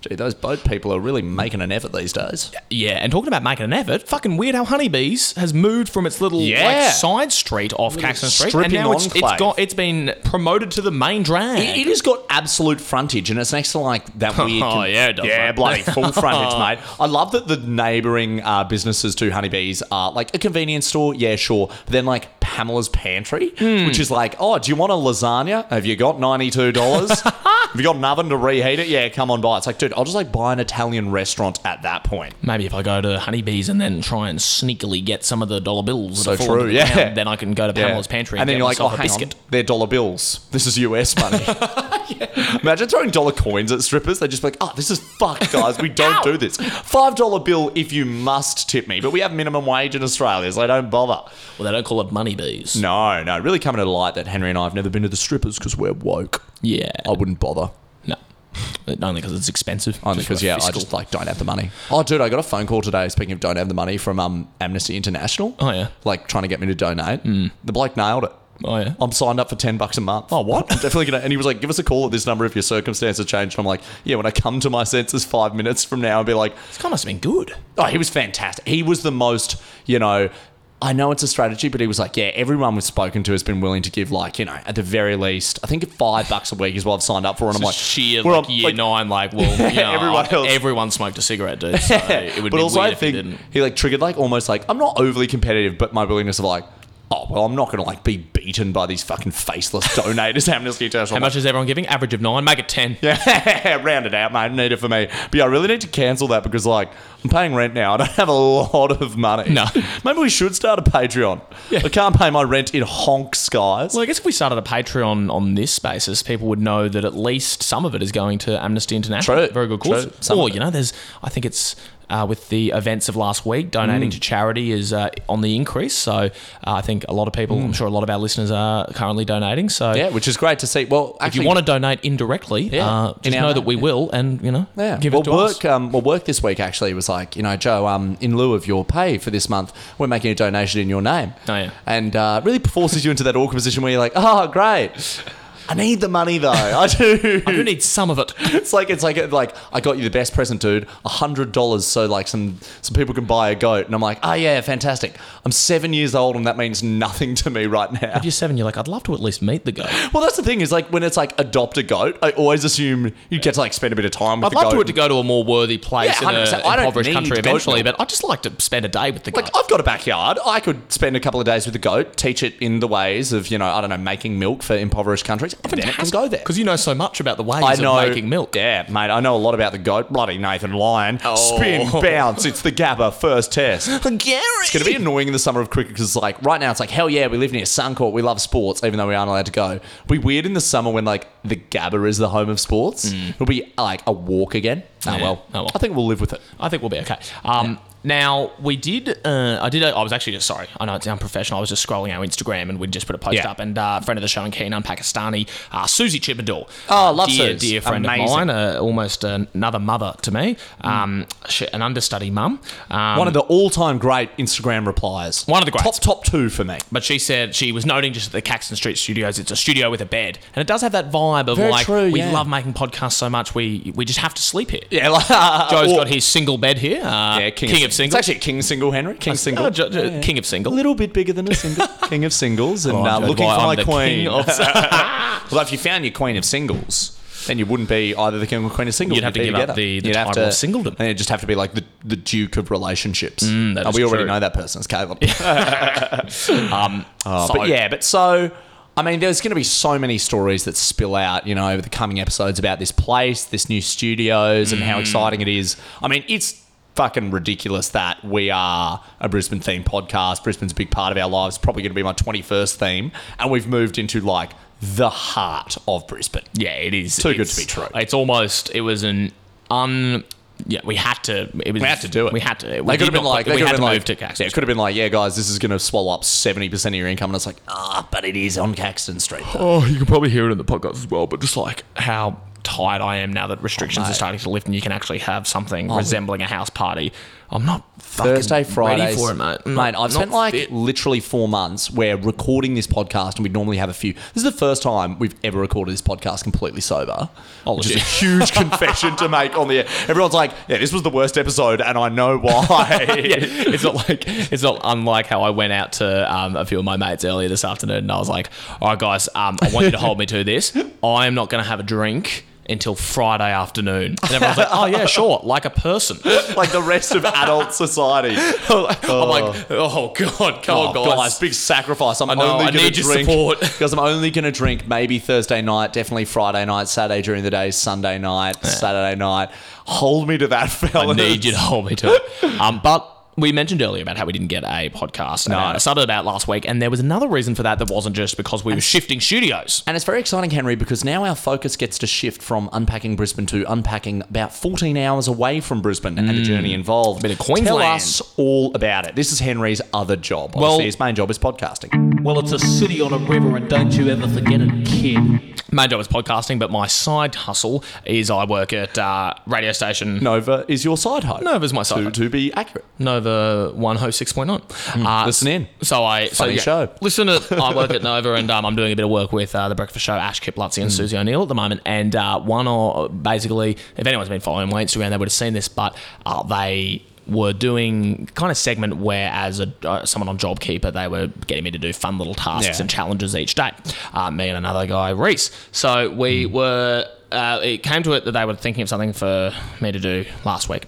Speaker 4: gee, those boat people are really making an effort these days.
Speaker 6: Yeah, and talking about making an effort, fucking weird how Honeybees has moved from its little
Speaker 4: Yeah.
Speaker 6: like side street off Caxton Street, and
Speaker 4: stripping
Speaker 6: now it's, it's
Speaker 4: enclave.
Speaker 6: got it's been promoted to the main drag.
Speaker 4: It, it has got absolute frontage, and it's next to like that weird.
Speaker 6: Oh, yeah, it does,
Speaker 4: yeah,
Speaker 6: mate.
Speaker 4: bloody full frontage, mate. I love that the neighbouring uh, businesses to Honeybees are like a convenience store. Yeah, sure. But then like Pamela's Pantry,
Speaker 6: Hmm.
Speaker 4: which is like, oh, do you want a lasagna? Have you got ninety two dollars? Have you got an oven to reheat it? Yeah, come on by. It's like, dude, I'll just like buy an Italian restaurant at that point.
Speaker 6: Maybe if I go to Honeybees and then try and sneakily get some of the dollar bills,
Speaker 4: So
Speaker 6: that fall to
Speaker 4: true,
Speaker 6: the
Speaker 4: yeah.
Speaker 6: ground, then I can go to
Speaker 4: Yeah.
Speaker 6: Pamela's pantry and,
Speaker 4: then
Speaker 6: get
Speaker 4: you're like, oh,
Speaker 6: myself a
Speaker 4: hang
Speaker 6: biscuit.
Speaker 4: on, they're dollar bills. This is US money. Imagine throwing dollar coins at strippers. They just be like, oh, this is fucked, guys. We don't do this. Five dollar bill if you must tip me, but we have minimum wage in Australia, so they don't bother.
Speaker 6: Well, they don't call it Moneybees.
Speaker 4: No, no, really coming to light that Henry and I have never been to the strippers because we're woke.
Speaker 6: Yeah.
Speaker 4: I wouldn't bother.
Speaker 6: No. Only because it's expensive.
Speaker 4: Only
Speaker 6: Just for
Speaker 4: because yeah, I
Speaker 6: fiscal.
Speaker 4: just like don't have the money. Oh, dude, I got a phone call today. Speaking of don't have the money from um, Amnesty International.
Speaker 6: Oh, yeah. Mm.
Speaker 4: like trying to get me to donate. The bloke nailed it.
Speaker 6: Oh, yeah.
Speaker 4: I'm signed up for ten bucks a month. Oh, what? I'm definitely gonna. And he was like, "Give us a call at this number if your circumstances change." And I'm like, "Yeah, when I come to my senses five minutes from now, I'll be like,
Speaker 6: This guy must have been good.
Speaker 4: oh, he was fantastic. He was the most, you know." I know it's a strategy, but he was like, yeah, everyone we've spoken to has been willing to give, like, you know, at the very least, I think five bucks a week is what I've signed up for. And I'm
Speaker 6: Just
Speaker 4: like,
Speaker 6: sheer
Speaker 4: we're
Speaker 6: like,
Speaker 4: on-
Speaker 6: year nine, like well, you know,
Speaker 4: everyone else.
Speaker 6: everyone smoked a cigarette, dude. So it would
Speaker 4: but
Speaker 6: be
Speaker 4: also,
Speaker 6: weird
Speaker 4: I
Speaker 6: if you
Speaker 4: think
Speaker 6: didn't.
Speaker 4: he, like triggered like almost like I'm not overly competitive, but my willingness of like, oh well, I'm not gonna like be beaten by these fucking faceless donators. Amnesty International.
Speaker 6: How much is everyone giving? Average of nine. Make it ten.
Speaker 4: Yeah, round it out, mate. Need it for me. But yeah, I really need to cancel that because like I'm paying rent now. I don't have a lot of money.
Speaker 6: No.
Speaker 4: maybe we should start a Patreon. I can't pay my rent in honk skies.
Speaker 6: Well, I guess if we started a Patreon on this basis, people would know that at least some of it is going to Amnesty International.
Speaker 4: True,
Speaker 6: Very good cause.
Speaker 4: true. Some
Speaker 6: Or,
Speaker 4: of it.
Speaker 6: you know, there's, I think it's uh, with the events of last week,
Speaker 4: Mm.
Speaker 6: donating to charity is uh, on the increase. So uh, I think a lot of people, I'm sure a lot of our listeners are currently donating. So
Speaker 4: Mm. yeah, which is great to see. Well,
Speaker 6: if
Speaker 4: actually,
Speaker 6: you want to donate indirectly, uh,
Speaker 4: In
Speaker 6: just
Speaker 4: our
Speaker 6: know that
Speaker 4: name,
Speaker 6: we
Speaker 4: yeah.
Speaker 6: will and, you know,
Speaker 4: Yeah.
Speaker 6: give
Speaker 4: well,
Speaker 6: it to
Speaker 4: work,
Speaker 6: us.
Speaker 4: Um, well, work this week actually was like, you know, Joe, um, in lieu of your pay for this month, we're making a donation in your name.
Speaker 6: Oh, yeah.
Speaker 4: And uh, really forces you into that awkward position where you're like, oh, great. I need the money though. I do.
Speaker 6: I do need some of it.
Speaker 4: It's like it's like like I got you the best present, dude. A hundred dollars, so like some some people can buy a goat, and I'm like, oh yeah, fantastic. I'm seven years old, and that means nothing to me right now.
Speaker 6: If you're seven, you're like, I'd love to at least meet the guy.
Speaker 4: Well, that's the thing is like when it's like adopt a goat, I always assume you get to like spend a bit of time with
Speaker 6: I'd
Speaker 4: the
Speaker 6: love
Speaker 4: goat.
Speaker 6: to it to go to a more worthy place
Speaker 4: Yeah,
Speaker 6: in an
Speaker 4: 100%. I don't
Speaker 6: impoverished
Speaker 4: need
Speaker 6: country
Speaker 4: goat
Speaker 6: eventually,
Speaker 4: milk.
Speaker 6: but I'd just like to spend a day with the guy.
Speaker 4: Like I've got a backyard. I could spend a couple of days with the goat, teach it in the ways of you know I don't know making milk for impoverished countries. And then it can go there.
Speaker 6: Because you know so much about the ways
Speaker 4: I know
Speaker 6: of making milk.
Speaker 4: Yeah, mate. I know a lot about the goat. Bloody Nathan Lyon.
Speaker 6: Oh.
Speaker 4: Spin, bounce. It's the Gabba first test.
Speaker 6: Gary!
Speaker 4: It's going to be annoying in the summer of cricket because, like, right now it's like, hell yeah, we live near Suncourt, we love sports, even though we aren't allowed to go. It'll be weird in the summer when, like, the Gabba is the home of sports. It'll be, uh, like, a walk again. Oh,
Speaker 6: Mm. Yeah.
Speaker 4: well.
Speaker 6: Oh, well.
Speaker 4: I think we'll live with it.
Speaker 6: I think we'll be okay. Um, Now, we did, uh, I did, I was actually just, sorry, I know it's unprofessional. I was just scrolling our Instagram and we'd just put a post
Speaker 4: Yeah.
Speaker 6: up and uh, friend of the show and Keenan Pakistani, uh, Susie Chippendall.
Speaker 4: Oh, love
Speaker 6: dear,
Speaker 4: Suze.
Speaker 6: Dear friend of
Speaker 4: Amazing.
Speaker 6: mine, uh, almost another mother to me, um, she, an understudy mum. Um,
Speaker 4: One of the all time great Instagram replies.
Speaker 6: One of the greats.
Speaker 4: Top, top two for me.
Speaker 6: But she said she was noting just at the Caxton Street Studios, it's a studio with a bed, and it does have that vibe of
Speaker 4: Very
Speaker 6: like
Speaker 4: true,
Speaker 6: we
Speaker 4: yeah.
Speaker 6: love making podcasts so much, we we just have to sleep here.
Speaker 4: Yeah, like,
Speaker 6: Joe's
Speaker 4: or-
Speaker 6: got his single bed here. Uh,
Speaker 4: Yeah,
Speaker 6: king,
Speaker 4: It's
Speaker 6: of singles.
Speaker 4: actually a King Single, Henry. King Single.
Speaker 6: Oh, Jo- Jo- King of
Speaker 4: a
Speaker 6: single.
Speaker 4: little bit bigger than a single. king of Singles. And
Speaker 6: Oh,
Speaker 4: uh,
Speaker 6: I'm
Speaker 4: looking
Speaker 6: Joe
Speaker 4: for
Speaker 6: Dwyer,
Speaker 4: my
Speaker 6: I'm the
Speaker 4: queen.
Speaker 6: king of-
Speaker 4: Although if you found your queen of singles, then you wouldn't be either the king or queen of singles.
Speaker 6: You'd have to
Speaker 4: be
Speaker 6: give up
Speaker 4: together.
Speaker 6: the- the
Speaker 4: You'd have
Speaker 6: title
Speaker 4: to-
Speaker 6: of singledom. Mm,
Speaker 4: And you'd just have to be like the, the duke of relationships.
Speaker 6: that
Speaker 4: Oh,
Speaker 6: is
Speaker 4: we already
Speaker 6: true.
Speaker 4: know that person. It's Caleb.
Speaker 6: um,
Speaker 4: Oh,
Speaker 6: so-
Speaker 4: but yeah, but so I mean, there's going to be so many stories that spill out, you know, over the coming episodes about this place, this new studios, and
Speaker 6: Mm.
Speaker 4: how exciting it is. I mean, it's fucking ridiculous that we are a Brisbane themed podcast. Brisbane's a big part of our lives. Probably going to be my 21st theme, and we've moved into like the heart of Brisbane.
Speaker 6: Yeah, it is.
Speaker 4: Too good
Speaker 6: It's-
Speaker 4: to be true.
Speaker 6: It's almost. It was an un. Yeah, we had to. It was,
Speaker 4: We had to do it.
Speaker 6: We had to.
Speaker 4: They
Speaker 6: We
Speaker 4: could have
Speaker 6: did
Speaker 4: been
Speaker 6: not-
Speaker 4: like, they
Speaker 6: we
Speaker 4: could
Speaker 6: had
Speaker 4: have
Speaker 6: to
Speaker 4: been
Speaker 6: move
Speaker 4: like,
Speaker 6: to Caxton.
Speaker 4: Yeah, it could have been like, yeah, guys, this is going to swallow up 70% of your income. And it's like, ah, but it is on Caxton Street. though.
Speaker 6: Oh, you can probably hear it in the podcast as well, but just like how tired I am now that restrictions are starting to lift and you can actually have something resembling a house party. I'm not fucking
Speaker 4: Thursday, Friday.
Speaker 6: ready for it, mate. I'm
Speaker 4: Mate,
Speaker 6: not-
Speaker 4: I've
Speaker 6: not
Speaker 4: spent like
Speaker 6: fit.
Speaker 4: literally four months where recording this podcast and we'd normally have a few. This is the first time we've ever recorded this podcast completely sober. Oh, which is a huge confession to make on the air. Everyone's like, yeah, this was the worst episode and I know why.
Speaker 6: yeah, it's not like it's not unlike how I went out to um, a few of my mates earlier this afternoon, and I was like, "All right, guys, um, I want you to hold me to this. I am not going to have a drink." Until Friday afternoon, and everyone's like, "Oh yeah, sure," like a person.
Speaker 4: like the rest of adult society.
Speaker 6: I'm like, "Oh god, come
Speaker 4: Oh,
Speaker 6: on, guys,
Speaker 4: big sacrifice. I'm
Speaker 6: I know,
Speaker 4: only
Speaker 6: I
Speaker 4: gonna
Speaker 6: need your
Speaker 4: drink,
Speaker 6: support.
Speaker 4: because I'm only going to drink maybe Thursday night, definitely Friday night, Saturday during the day, Sunday night, Saturday night. Hold me to that,
Speaker 6: I
Speaker 4: fellas.
Speaker 6: need you to hold me to it. Um, but we mentioned earlier about how we didn't get a podcast. No, I started out last week, and there was another reason for that that wasn't just because we were shifting studios.
Speaker 4: And it's very exciting, Henry, because now our focus gets to shift from unpacking Brisbane to unpacking about 14 hours away from Brisbane and the journey involved.
Speaker 6: Bit of Mm. Queensland.
Speaker 4: Tell us all about it. This is Henry's other job. Obviously,
Speaker 6: Well-
Speaker 4: his main job is podcasting.
Speaker 7: Well, it's a city on a river, and don't you ever forget it, kid.
Speaker 6: Main job is podcasting, but my side hustle is I work at uh, radio station
Speaker 4: Nova is your side home.
Speaker 6: Nova's my side
Speaker 4: To,
Speaker 6: home.
Speaker 4: to be accurate.
Speaker 6: Nova One Ho Six Point Nine. Uh,
Speaker 4: Hmm, listen in.
Speaker 6: So I so
Speaker 4: Funny show.
Speaker 6: Listen to I work at Nova and um, I'm doing a bit of work with uh, the Breakfast Show, Ash Kiplutzi
Speaker 4: Hmm.
Speaker 6: and Susie O'Neill at the moment. And uh, one or basically, if anyone's been following my Instagram, they would have seen this, but uh, they were doing kind of segment where as a, uh, someone on JobKeeper they were getting me to do fun little tasks
Speaker 4: Yeah.
Speaker 6: and challenges each day. Uh, me and another guy, Reese. So
Speaker 4: Hmm.
Speaker 6: we were. Uh, it came to it that they were thinking of something for me to do last week,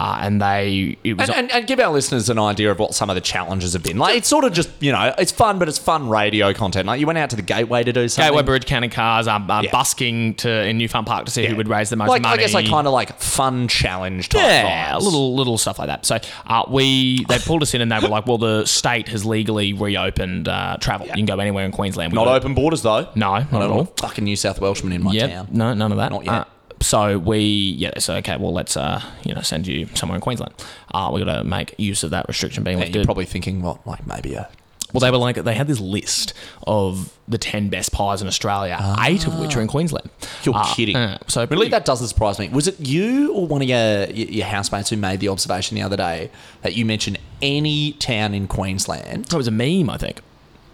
Speaker 6: uh, and they it was
Speaker 4: And, and, and give our listeners an idea of what some of the challenges have been. Like, it's sort of just, you know, it's fun, but it's fun radio content. Like, you went out to the Gateway to do something.
Speaker 6: Gateway Bridge, Cannon Cars, um, uh,
Speaker 4: Yeah.
Speaker 6: busking to in Newfound Park to see who would raise the most
Speaker 4: Like,
Speaker 6: money.
Speaker 4: I guess, like, kind of like fun challenge type
Speaker 6: yeah,
Speaker 4: vibes.
Speaker 6: little little stuff like that. So uh, we they pulled us in and they were like, "Well, the state has legally reopened uh, travel. You can go anywhere in Queensland. We
Speaker 4: Not
Speaker 6: were-
Speaker 4: open borders, though.
Speaker 6: No, not, at all.
Speaker 4: Fucking New South Welshman in my
Speaker 6: Yeah,
Speaker 4: town.
Speaker 6: no, none of that.
Speaker 4: Not yet.
Speaker 6: Uh, so we yeah. So okay, well let's uh you know send you somewhere in Queensland. Uh, we got to make use of that restriction being
Speaker 4: Yeah,
Speaker 6: lifted.
Speaker 4: you're probably thinking, what, like maybe a.
Speaker 6: Well, they were like they had this list of the ten best pies in Australia, eight of which are in Queensland.
Speaker 4: Ah. You're
Speaker 6: Uh,
Speaker 4: kidding.
Speaker 6: uh, so
Speaker 4: really,
Speaker 6: pretty-
Speaker 4: that doesn't surprise me. Was it you or one of your your housemates who made the observation the other day that you mentioned any town in Queensland?
Speaker 6: It was a meme, I think.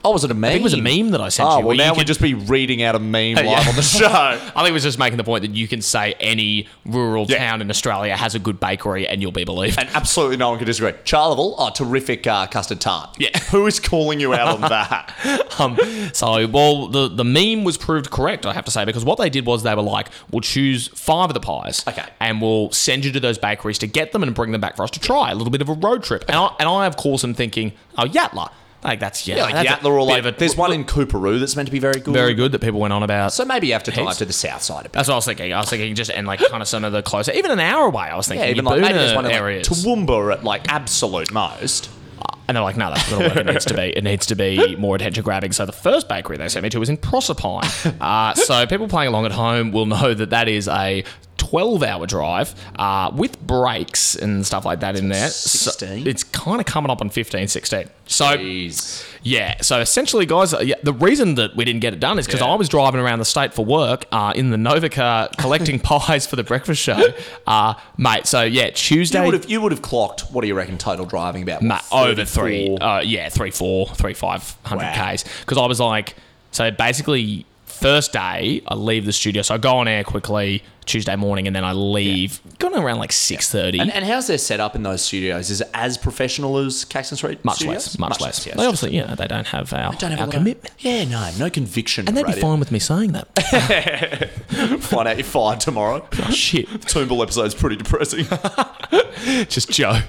Speaker 4: Oh, was it a meme?
Speaker 6: think it was a meme that I sent
Speaker 4: Oh,
Speaker 6: you,
Speaker 4: well,
Speaker 6: where you
Speaker 4: now
Speaker 6: could-
Speaker 4: we'd just be reading out a meme live on the show.
Speaker 6: I think it was just making the point that you can say any rural town in Australia has a good bakery and you'll be believed.
Speaker 4: And absolutely no one could disagree. Charleville, oh, terrific uh, custard tart.
Speaker 6: Yeah.
Speaker 4: Who is calling you out on that?
Speaker 6: um, so, well, the, the meme was proved correct, I have to say, because what they did was they were like, we'll choose five of the pies
Speaker 4: Okay.
Speaker 6: and we'll send you to those bakeries to get them and bring them back for us to try. A little bit of a road trip. And, I, and I, of course, am thinking, oh, Yatla. Like, that's, yeah,
Speaker 4: Yeah, like,
Speaker 6: that's
Speaker 4: yeah, they're all
Speaker 6: bit
Speaker 4: like,
Speaker 6: of a-
Speaker 4: there's one in Cooperoo that's meant to be very good.
Speaker 6: Very good that people went on about.
Speaker 4: So maybe you have to dive
Speaker 6: Heaps.
Speaker 4: to the south side a bit.
Speaker 6: that's what I was thinking. I was thinking just and like kind of some of the closer, even an hour away. I was thinking
Speaker 4: Yeah, even like maybe
Speaker 6: Yaboona
Speaker 4: there's one in like,
Speaker 6: areas.
Speaker 4: Toowoomba at like absolute most.
Speaker 6: And they're like, no, that's not work. It needs to be. It needs to be more attention grabbing. So the first bakery they sent me to was in Proserpine. Uh, so people playing along at home will know that that is a. 12 hour drive uh, with breaks and stuff like that in there. So
Speaker 4: 16?
Speaker 6: it's kind of coming up on 15, 16. So,
Speaker 4: Jeez.
Speaker 6: yeah. So essentially, guys, uh, yeah, the reason that we didn't get it done is because I was driving around the state for work uh, in the Nova car collecting pies for the breakfast show. Uh, mate, so yeah, Tuesday.
Speaker 4: You would have you would have clocked. What do you reckon total driving about?
Speaker 6: Ma-
Speaker 4: What,
Speaker 6: over three.
Speaker 4: 34?
Speaker 6: Uh, yeah, three, four, three, five hundred
Speaker 4: Wow.
Speaker 6: Ks. Because I was like, so basically, first day, I leave the studio. So I go on air quickly Tuesday morning and then I leave. Gone around like 6.30.
Speaker 4: and, and how's their setup in those studios? Is it as professional as Caxton Street?
Speaker 6: much
Speaker 4: studios?
Speaker 6: less, much, less.
Speaker 4: yeah,
Speaker 6: they
Speaker 4: it's
Speaker 6: obviously, yeah, they don't have our,
Speaker 4: just- don't have a
Speaker 6: our
Speaker 4: lot of-
Speaker 6: commitment.
Speaker 4: Yeah, no, no conviction.
Speaker 6: And they'd be
Speaker 4: radio.
Speaker 6: fine with me saying that.
Speaker 4: Find out you're fired tomorrow.
Speaker 6: Shit.
Speaker 4: Toomble episode's pretty depressing.
Speaker 6: just Joe.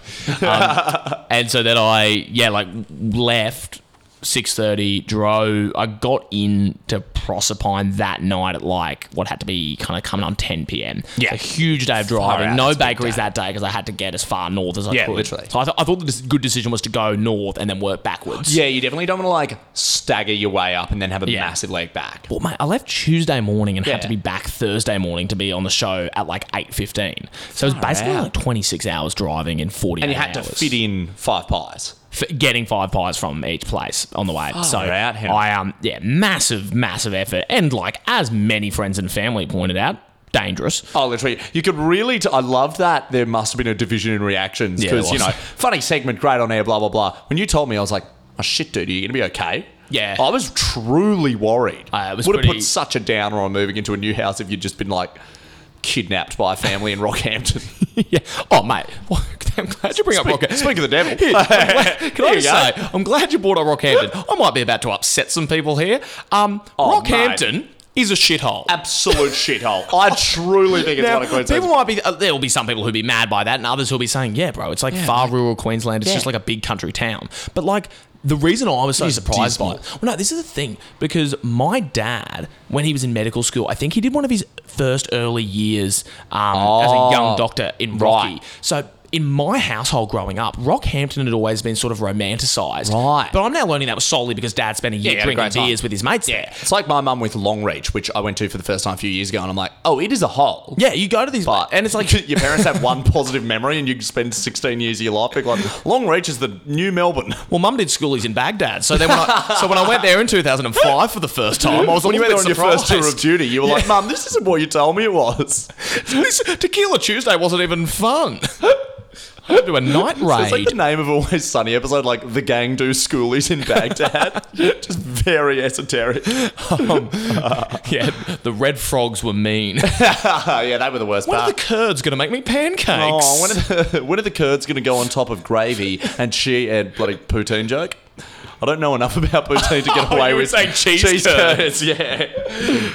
Speaker 6: Um, and so then I, yeah, like left six thirty, drove. I got in to Proserpine that night at like what had to be kind of coming on ten p.m.
Speaker 4: Yeah.
Speaker 6: a huge day of
Speaker 4: out,
Speaker 6: driving. No
Speaker 4: it's a big
Speaker 6: bakeries that day because I had to get as far north as I
Speaker 4: Yeah,
Speaker 6: could.
Speaker 4: literally.
Speaker 6: So I, th- I thought the des- good decision was to go north and then work backwards.
Speaker 4: yeah, you definitely don't want to like stagger your way up and then have a
Speaker 6: Yeah.
Speaker 4: massive leg back.
Speaker 6: Well, mate, I left Tuesday morning and
Speaker 4: Yeah.
Speaker 6: had to be back Thursday morning to be on the show at like eight fifteen. So it was basically
Speaker 4: out.
Speaker 6: like twenty six hours driving in forty.
Speaker 4: And you had to fit in five pies.
Speaker 6: f- getting five pies from each place on the way. so
Speaker 4: out, Henry.
Speaker 6: I um yeah, massive, massive effort, and like as many friends and family pointed out, dangerous.
Speaker 4: Oh, literally. You could really. T- I loved that there must have been a division in reactions
Speaker 6: Yeah, there
Speaker 4: because, you
Speaker 6: was.
Speaker 4: know, funny segment, great on air, blah, blah, blah. When you told me, I was like, oh, shit, dude, are you going to be okay?
Speaker 6: Yeah.
Speaker 4: I was truly worried.
Speaker 6: Uh, it was
Speaker 4: Would have
Speaker 6: pretty-
Speaker 4: put such a downer on moving into a new house if you'd just been like kidnapped by a family in Rockhampton.
Speaker 6: yeah. Oh, mate. I'm glad you bring up
Speaker 4: Speak-
Speaker 6: Rocket.
Speaker 4: speak of the devil.
Speaker 6: Here, I'm glad- Can
Speaker 4: There
Speaker 6: I
Speaker 4: you
Speaker 6: say,
Speaker 4: go.
Speaker 6: I'm glad you brought up Rockhampton. I might be about to upset some people here. Um,
Speaker 4: Oh,
Speaker 6: Rockhampton is a shithole.
Speaker 4: Absolute shithole. I truly think it's
Speaker 6: Now,
Speaker 4: one of Queensland's.
Speaker 6: people might be. Uh, there will be some people who'll be mad by that, and others who'll be saying, "Yeah, bro, it's like far rural Queensland. It's just like a big country town." But like the reason I was so surprised by it. Well, no, this is the thing because my dad, when he was in medical school, I think he did one of his first early years um, as a young doctor in Rocky.
Speaker 4: Oh. right.
Speaker 6: So. In my household growing up, Rockhampton had always been sort of romanticised.
Speaker 4: Right.
Speaker 6: But I'm now learning that was solely because dad spent a year
Speaker 4: he had a
Speaker 6: drinking
Speaker 4: great time.
Speaker 6: beers with his mates there.
Speaker 4: It's like my mum with Longreach, which I went to for the first time a few years ago, and I'm like, oh, it is a hole.
Speaker 6: Yeah, you go to these.
Speaker 4: But
Speaker 6: and it's like
Speaker 4: your parents have one positive memory, and you spend 16 years of your life being like, Long Reach is the new Melbourne.
Speaker 6: Well, mum did schoolies in Baghdad, so then when I, so when I went there in 2005 for the first time, I was
Speaker 4: when
Speaker 6: a
Speaker 4: you
Speaker 6: little
Speaker 4: went on
Speaker 6: bit
Speaker 4: your first tour of
Speaker 6: surprised.
Speaker 4: duty, you were like, Mum, this isn't what you told me it was.
Speaker 6: This Tequila Tuesday wasn't even fun. I had to a night
Speaker 4: It's like
Speaker 6: raid.
Speaker 4: the name of Always Sunny episode, like the gang do schoolies in Baghdad. Just very esoteric.
Speaker 6: Um, yeah, the red frogs were mean.
Speaker 4: yeah, they were the worst
Speaker 6: When are
Speaker 4: part.
Speaker 6: the Kurds going to make me pancakes?
Speaker 4: Oh, when are the, when are the Kurds going to go on top of gravy and she and bloody poutine joke? I don't know enough about poutine to get
Speaker 6: Oh,
Speaker 4: away
Speaker 6: you were
Speaker 4: with
Speaker 6: saying cheese curds.
Speaker 4: curds. Yeah,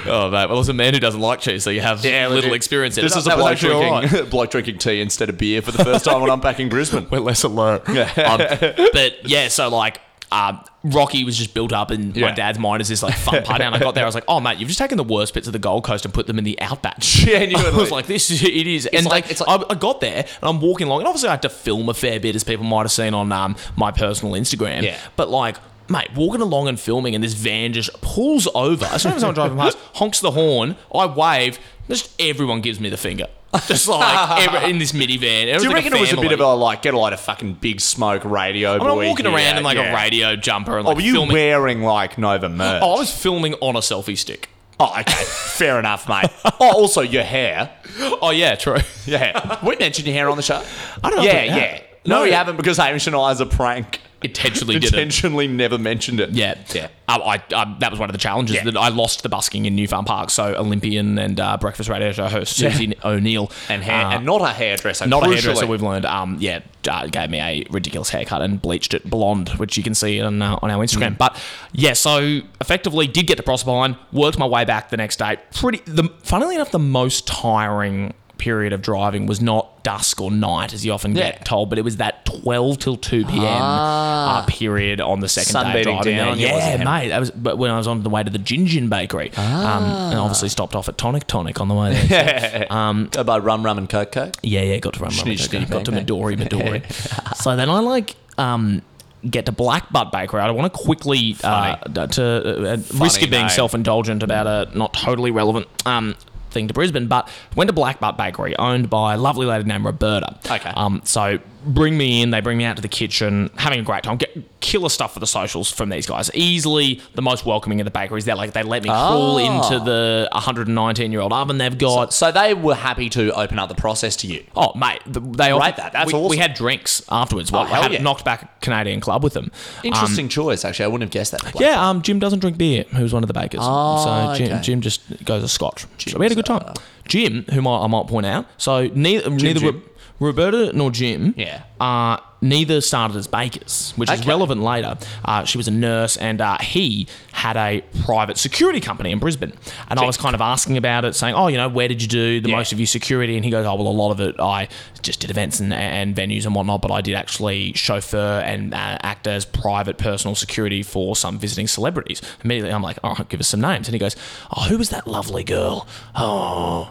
Speaker 6: oh mate, well, as a man who doesn't like cheese, so you have little experience in
Speaker 4: This
Speaker 6: it.
Speaker 4: is
Speaker 6: That
Speaker 4: a
Speaker 6: was
Speaker 4: bloke
Speaker 6: actually all
Speaker 4: drinking,
Speaker 6: right.
Speaker 4: bloke drinking tea instead of beer for the first time when I'm back in Brisbane.
Speaker 6: we're less alert. Um, but yeah, so like. Um, Rocky was just built up in my
Speaker 4: Yeah.
Speaker 6: dad's mind as this like fun part, and I got there. I was like, "Oh, mate, you've just taken the worst bits of the Gold Coast and put them in the Outback." I
Speaker 4: Genuinely.
Speaker 6: was like, "This is, it is." and like,
Speaker 4: like- it's like-
Speaker 6: I, I got there and I'm walking along, and obviously I had to film a fair bit, as people might have seen on um, my personal Instagram.
Speaker 4: Yeah.
Speaker 6: But like, mate, walking along and filming, and this van just pulls over. As soon as I'm driving past, honks the horn, I wave, just everyone gives me the finger, just like every, in this minivan.
Speaker 4: Do you
Speaker 6: like
Speaker 4: reckon it was a bit
Speaker 6: family.
Speaker 4: of a like get a lot of fucking big smoke radio?
Speaker 6: I mean, I'm walking around in like a
Speaker 4: radio.
Speaker 6: radio jumper and
Speaker 4: Oh,
Speaker 6: like
Speaker 4: were you
Speaker 6: filming.
Speaker 4: wearing like Nova merch?
Speaker 6: Oh, I was filming on a selfie stick.
Speaker 4: Oh, okay, fair enough, mate. Oh, also your hair.
Speaker 6: Oh yeah, true.
Speaker 4: Yeah, we mentioned your hair on the show.
Speaker 6: I don't know if
Speaker 4: Yeah,
Speaker 6: we have.
Speaker 4: yeah. No,
Speaker 6: No.
Speaker 4: we haven't because Hamish and I, as a prank,
Speaker 6: Intentionally did it.
Speaker 4: intentionally never mentioned it.
Speaker 6: Yeah,
Speaker 4: yeah.
Speaker 6: Um, I, um, that was one of the challenges
Speaker 4: Yeah.
Speaker 6: that I lost the busking in New Farm Park. So Olympian and uh, Breakfast Radio show host Susie O'Neill
Speaker 4: And hair,
Speaker 6: uh,
Speaker 4: and not a hairdresser.
Speaker 6: not a
Speaker 4: crucially.
Speaker 6: hairdresser. We've learned. Um, yeah, uh, gave me a ridiculous haircut and bleached it blonde, which you can see on uh, on our Instagram. But yeah, so effectively did get to Proserpine. Worked my way back the next day. Pretty. The funnily enough, the most tiring period of driving was not dusk or night, as you often
Speaker 4: Yeah.
Speaker 6: get told, but it was that twelve till two p.m. Uh, period on the second day
Speaker 4: Sunbeating
Speaker 6: of
Speaker 4: Ah.
Speaker 6: driving.
Speaker 4: down,
Speaker 6: there.
Speaker 4: it wasn't
Speaker 6: Yeah,
Speaker 4: happening.
Speaker 6: mate. That was but when I was on the way to the Gin Gin Bakery, um,
Speaker 4: Ah.
Speaker 6: and obviously stopped off at Tonic Tonic on the way there.
Speaker 4: Go by rum, rum, and coke, coke.
Speaker 6: Yeah, yeah, got to run Mummy
Speaker 4: Snitch,
Speaker 6: Coco,
Speaker 4: snitch,
Speaker 6: Got to
Speaker 4: bang,
Speaker 6: Midori Midori. so then I like um get to Black Butt Bakery. I want to quickly uh, d- to uh, uh, risk of being
Speaker 4: name.
Speaker 6: self indulgent about a not totally relevant um thing to Brisbane, but went to Black Butt Bakery, owned by a lovely lady named Roberta.
Speaker 4: Okay.
Speaker 6: Um, so bring me in. They bring me out to the kitchen, having a great time. Get killer stuff for the socials from these guys. Easily the most welcoming of the bakeries. They're like they let me crawl into the 119 year old oven they've got.
Speaker 4: So they were happy to open up the process to you.
Speaker 6: Oh, mate, th- they offered,
Speaker 4: that. That's
Speaker 6: we,
Speaker 4: awesome. Oh,
Speaker 6: We had drinks afterwards. Well,
Speaker 4: hell
Speaker 6: had
Speaker 4: yeah.
Speaker 6: knocked back a Canadian club with them. Um,
Speaker 4: Interesting choice, actually. I wouldn't have guessed that.
Speaker 6: yeah, um, Jim doesn't drink beer. Who's one of the bakers?
Speaker 4: Oh,
Speaker 6: so Jim,
Speaker 4: okay.
Speaker 6: Jim just goes a Scotch. so we had a good time. Jim, whom I, I might point out, so neither neither
Speaker 4: Jim.
Speaker 6: Ro- Roberta nor Jim,
Speaker 4: Yeah.
Speaker 6: uh, neither started as bakers, which is
Speaker 4: Okay.
Speaker 6: relevant later. Uh, she was a nurse, and uh, he had a private security company in Brisbane. And I was kind of asking about it, saying, "Oh, you know, where did you do the
Speaker 4: Yeah.
Speaker 6: most of your security?" And he goes, "Oh, well, a lot of it I just did events and, and venues and whatnot, but I did actually chauffeur and uh, act as private personal security for some visiting celebrities." Immediately, I'm like, "Oh, give us some names." And he goes, "Oh, who was that lovely girl? Oh,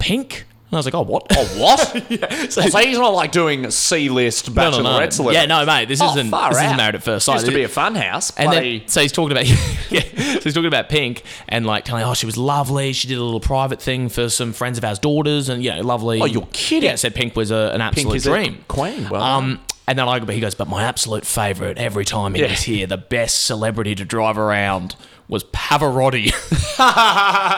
Speaker 6: Pink." And I was like, "Oh, what?
Speaker 4: Oh, what? so, so he's not like doing C list
Speaker 6: No, no,
Speaker 4: bachelorette
Speaker 6: no.
Speaker 4: celebrity.
Speaker 6: Yeah, no, mate. This
Speaker 4: Oh,
Speaker 6: isn't
Speaker 4: far
Speaker 6: this isn't
Speaker 4: out.
Speaker 6: married at first sight.
Speaker 4: Used to be a fun house.
Speaker 6: and
Speaker 4: bloody-
Speaker 6: then, so he's talking about yeah, so he's talking about Pink and like telling, oh, she was lovely. She did a little private thing for some friends of ours daughters, and you know, lovely.
Speaker 4: Oh, you're kidding.
Speaker 6: Yeah, said Pink was a, an absolute
Speaker 4: is a
Speaker 6: dream
Speaker 4: queen. Wow.
Speaker 6: Um, and then I, but he goes, but my absolute favorite every time he was here, the best celebrity to drive around was Pavarotti.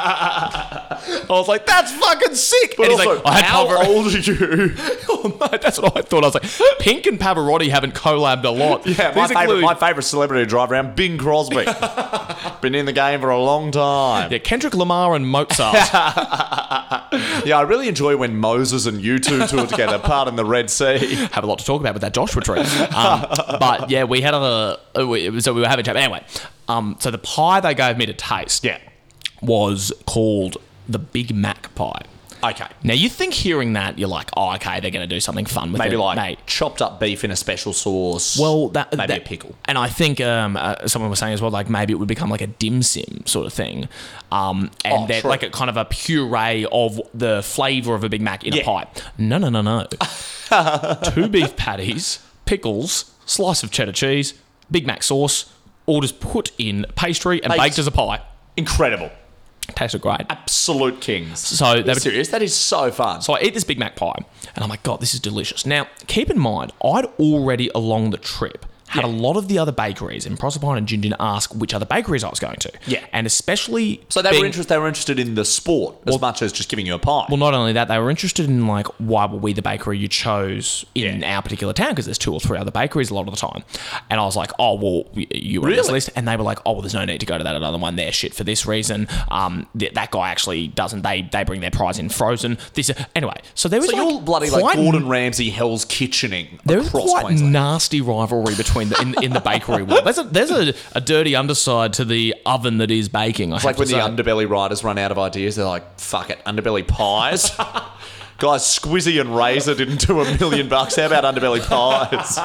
Speaker 6: I was like, that's fucking sick.
Speaker 4: But
Speaker 6: and he's
Speaker 4: also,
Speaker 6: like, I had
Speaker 4: how
Speaker 6: Pavarotti.
Speaker 4: old are you?
Speaker 6: oh, mate, that's what I thought. I was like, Pink and Pavarotti haven't collabed a lot.
Speaker 4: Yeah, my
Speaker 6: These
Speaker 4: favorite,
Speaker 6: include-
Speaker 4: my favorite celebrity to drive around, Bing Crosby. Been in the game for a long time.
Speaker 6: Yeah, Kendrick Lamar and Mozart.
Speaker 4: Yeah, I really enjoy when Moses and you two tour together, part in the Red Sea.
Speaker 6: have a lot to talk about with that Joshua tree. Um, but yeah, we had a uh, we- so we were having a chat. Anyway, um, so the pie they gave me to taste, yeah, was called the Big Mac pie.
Speaker 4: Okay.
Speaker 6: Now you think hearing that, you're like, oh, okay, they're going to do something fun with
Speaker 4: Maybe
Speaker 6: it,
Speaker 4: like
Speaker 6: mate.
Speaker 4: chopped up beef in a special sauce.
Speaker 6: Well, that
Speaker 4: maybe
Speaker 6: that-
Speaker 4: a pickle.
Speaker 6: and I think um, uh, someone was saying as well, like maybe it would become like a dim sim sort of thing, um, and
Speaker 4: Oh,
Speaker 6: that
Speaker 4: true.
Speaker 6: like a kind of a puree of the flavour of a Big Mac in
Speaker 4: Yeah.
Speaker 6: a pie. No, no, no, no. Two beef patties, pickles, slice of cheddar cheese, Big Mac sauce, all just put in pastry and
Speaker 4: Mate.
Speaker 6: baked as a pie.
Speaker 4: Incredible.
Speaker 6: Tasted great.
Speaker 4: Absolute kings.
Speaker 6: So they
Speaker 4: Are you
Speaker 6: would
Speaker 4: serious? That is so fun.
Speaker 6: So I eat this Big Mac pie, and I'm like, God, this is delicious. Now, keep in mind, I'd already along the trip had a lot of the other bakeries, and Proserpine and Ginger asked which other bakeries I was going to.
Speaker 4: Yeah.
Speaker 6: And especially.
Speaker 4: So they
Speaker 6: being-
Speaker 4: were interested. They were interested in the sport as much as just giving you a pie.
Speaker 6: Well, not only that, they were interested in like why were we the bakery you chose in
Speaker 4: Yeah.
Speaker 6: our particular town because there's two or three other bakeries a lot of the time, and I was like, oh well, y- you were on this
Speaker 4: Really?
Speaker 6: list, and they were like, oh well, there's no need to go to that another one. They're shit for this reason. Um, th- that guy actually doesn't. They they bring their prize in frozen. This anyway. So there was
Speaker 4: so
Speaker 6: like
Speaker 4: you're bloody like
Speaker 6: quite
Speaker 4: Gordon Ramsay Hell's Kitchening
Speaker 6: there is
Speaker 4: across
Speaker 6: quite
Speaker 4: Queensland.
Speaker 6: nasty rivalry between the, in, in the bakery world. There's a there's a, a dirty underside to the oven that is baking. I
Speaker 4: It's like
Speaker 6: have
Speaker 4: when
Speaker 6: to
Speaker 4: the
Speaker 6: say.
Speaker 4: underbelly writers run out of ideas, they're like, fuck it, underbelly pies. Guys, Squizzy and Razor didn't do a million bucks. How about underbelly pies?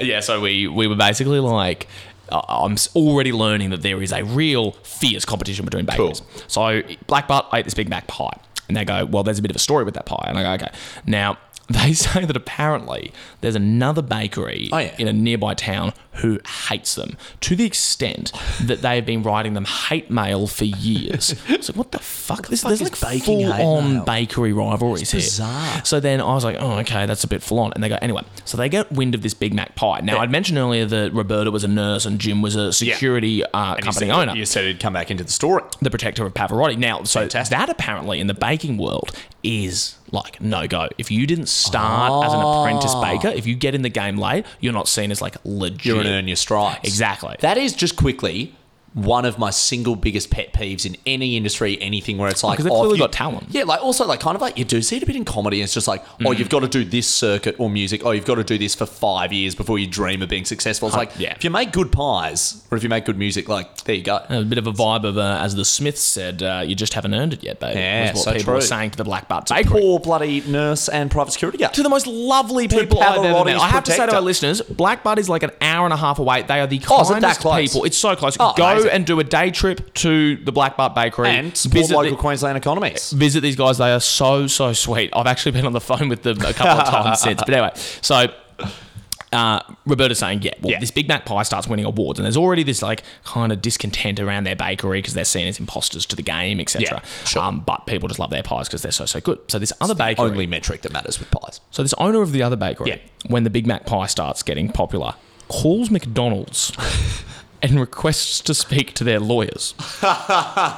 Speaker 6: yeah. So we we were basically like. uh, I'm s- already learning that there is a real fierce competition between bakeries. So Black Bart ate this Big Mac pie, and they go, "Well, there's a bit of a story with that pie." And I go, "Okay." Now they say that apparently there's another bakery
Speaker 4: Oh, yeah.
Speaker 6: in a nearby town who hates them to the extent that they have been writing them hate mail for years. It's like, what the fuck? this,
Speaker 4: fuck
Speaker 6: there's
Speaker 4: is
Speaker 6: like
Speaker 4: baking hate
Speaker 6: full-on
Speaker 4: mail?
Speaker 6: bakery rivalries here.
Speaker 4: Oh. bizarre.
Speaker 6: So then I was like, oh, okay, that's a bit full on. And they go, anyway, so they get wind of this Big Mac pie. Now, I'd mentioned earlier that Roberta was a nurse and Jim was a security uh, company
Speaker 4: you said,
Speaker 6: owner,
Speaker 4: You said he'd come back into the story.
Speaker 6: the protector of Pavarotti. Now, so that apparently in the baking world is like no go. If you didn't start as an apprentice baker, if you get in the game late, you're not seen as like legit.
Speaker 4: Ah. You're an earn your stripes.
Speaker 6: Exactly.
Speaker 4: That is just quickly one of my single biggest pet peeves in any industry, anything where it's like,
Speaker 6: 'cause they've
Speaker 4: oh, if
Speaker 6: clearly
Speaker 4: you-
Speaker 6: got talent.
Speaker 4: Yeah, like also like kind of like you do see it a bit in comedy. And it's just like, oh,
Speaker 6: Mm.
Speaker 4: you've got to do this circuit or music. Oh, you've got to do this for five years before you dream of being successful. It's like,
Speaker 6: Uh, yeah.
Speaker 4: if you make good pies or if you make good music, like there you go.
Speaker 6: a bit of a vibe of, uh, as the Smiths said, uh, you just haven't earned it yet, baby.
Speaker 4: Yeah,
Speaker 6: was what
Speaker 4: so
Speaker 6: people were
Speaker 4: true.
Speaker 6: saying to the Black Butts.
Speaker 4: A poor bloody nurse and private security guard.
Speaker 6: to the most lovely people I've ever met.
Speaker 4: Pavarotti's
Speaker 6: I have to say to
Speaker 4: protector.
Speaker 6: our listeners, Black Bud is like an hour and a half away. They are the
Speaker 4: Oh, is it that
Speaker 6: kindest
Speaker 4: close?
Speaker 6: people. It's so close.
Speaker 4: Oh,
Speaker 6: Go
Speaker 4: amazing.
Speaker 6: and do a day trip to the Black Bud Bakery
Speaker 4: and support
Speaker 6: Visit
Speaker 4: local
Speaker 6: the-
Speaker 4: Queensland economies.
Speaker 6: Visit these guys. They are so so sweet. I've actually been on the phone with them a couple of times since. But anyway, so. Uh, Roberta's saying, yeah, well,
Speaker 4: Yeah.
Speaker 6: this Big Mac pie starts winning awards, and there's already this like kind of discontent around their bakery because they're seen as imposters to the game, etc.
Speaker 4: Yeah, sure.
Speaker 6: um, but people just love their pies because they're so so good. So this other bakery,
Speaker 4: Only metric that matters with pies.
Speaker 6: so this owner of the other bakery,
Speaker 4: Yeah.
Speaker 6: when the Big Mac pie starts getting popular, calls McDonald's and requests to speak to their lawyers.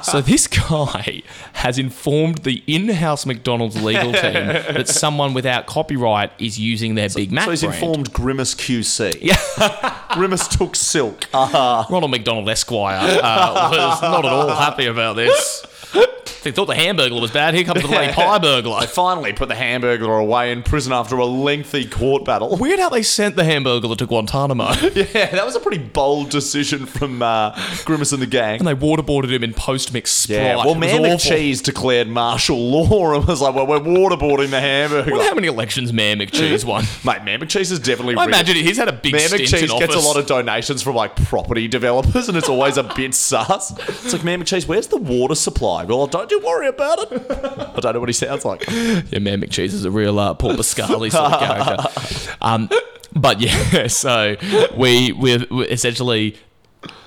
Speaker 6: so this guy has informed the in-house McDonald's legal team that someone without copyright is using their Big Mac
Speaker 4: So he's
Speaker 6: brand.
Speaker 4: informed Grimace QC. Yeah. Grimace took silk. Uh,
Speaker 6: Ronald McDonald Esquire uh, was not at all happy about this. They thought the hamburger was bad. Here comes the bloody pie burglar.
Speaker 4: they finally put the hamburger away in prison after a lengthy court battle.
Speaker 6: Weird how they sent the hamburger to Guantanamo.
Speaker 4: Yeah, that was a pretty bold decision from uh, Grimace and the gang.
Speaker 6: and they waterboarded him in post mix Sprite.
Speaker 4: yeah,
Speaker 6: It
Speaker 4: well,
Speaker 6: was
Speaker 4: Man
Speaker 6: awful.
Speaker 4: McCheese declared martial law and was like, well, we're waterboarding the hamburger.
Speaker 6: Well, how many elections Mayor McCheese won?
Speaker 4: Mate, Man McCheese is definitely
Speaker 6: I
Speaker 4: real.
Speaker 6: imagine he's had a big
Speaker 4: Man
Speaker 6: stint in
Speaker 4: McCheese
Speaker 6: office.
Speaker 4: gets a lot of donations from like property developers, and it's always a bit sus. It's like, Man McCheese, where's the water supply? Well, don't you worry about it. I don't know what he sounds like.
Speaker 6: yeah, Mayor McCheese is a real uh, Paul Pascali sort of character. Um, but yeah, so we we're, we're essentially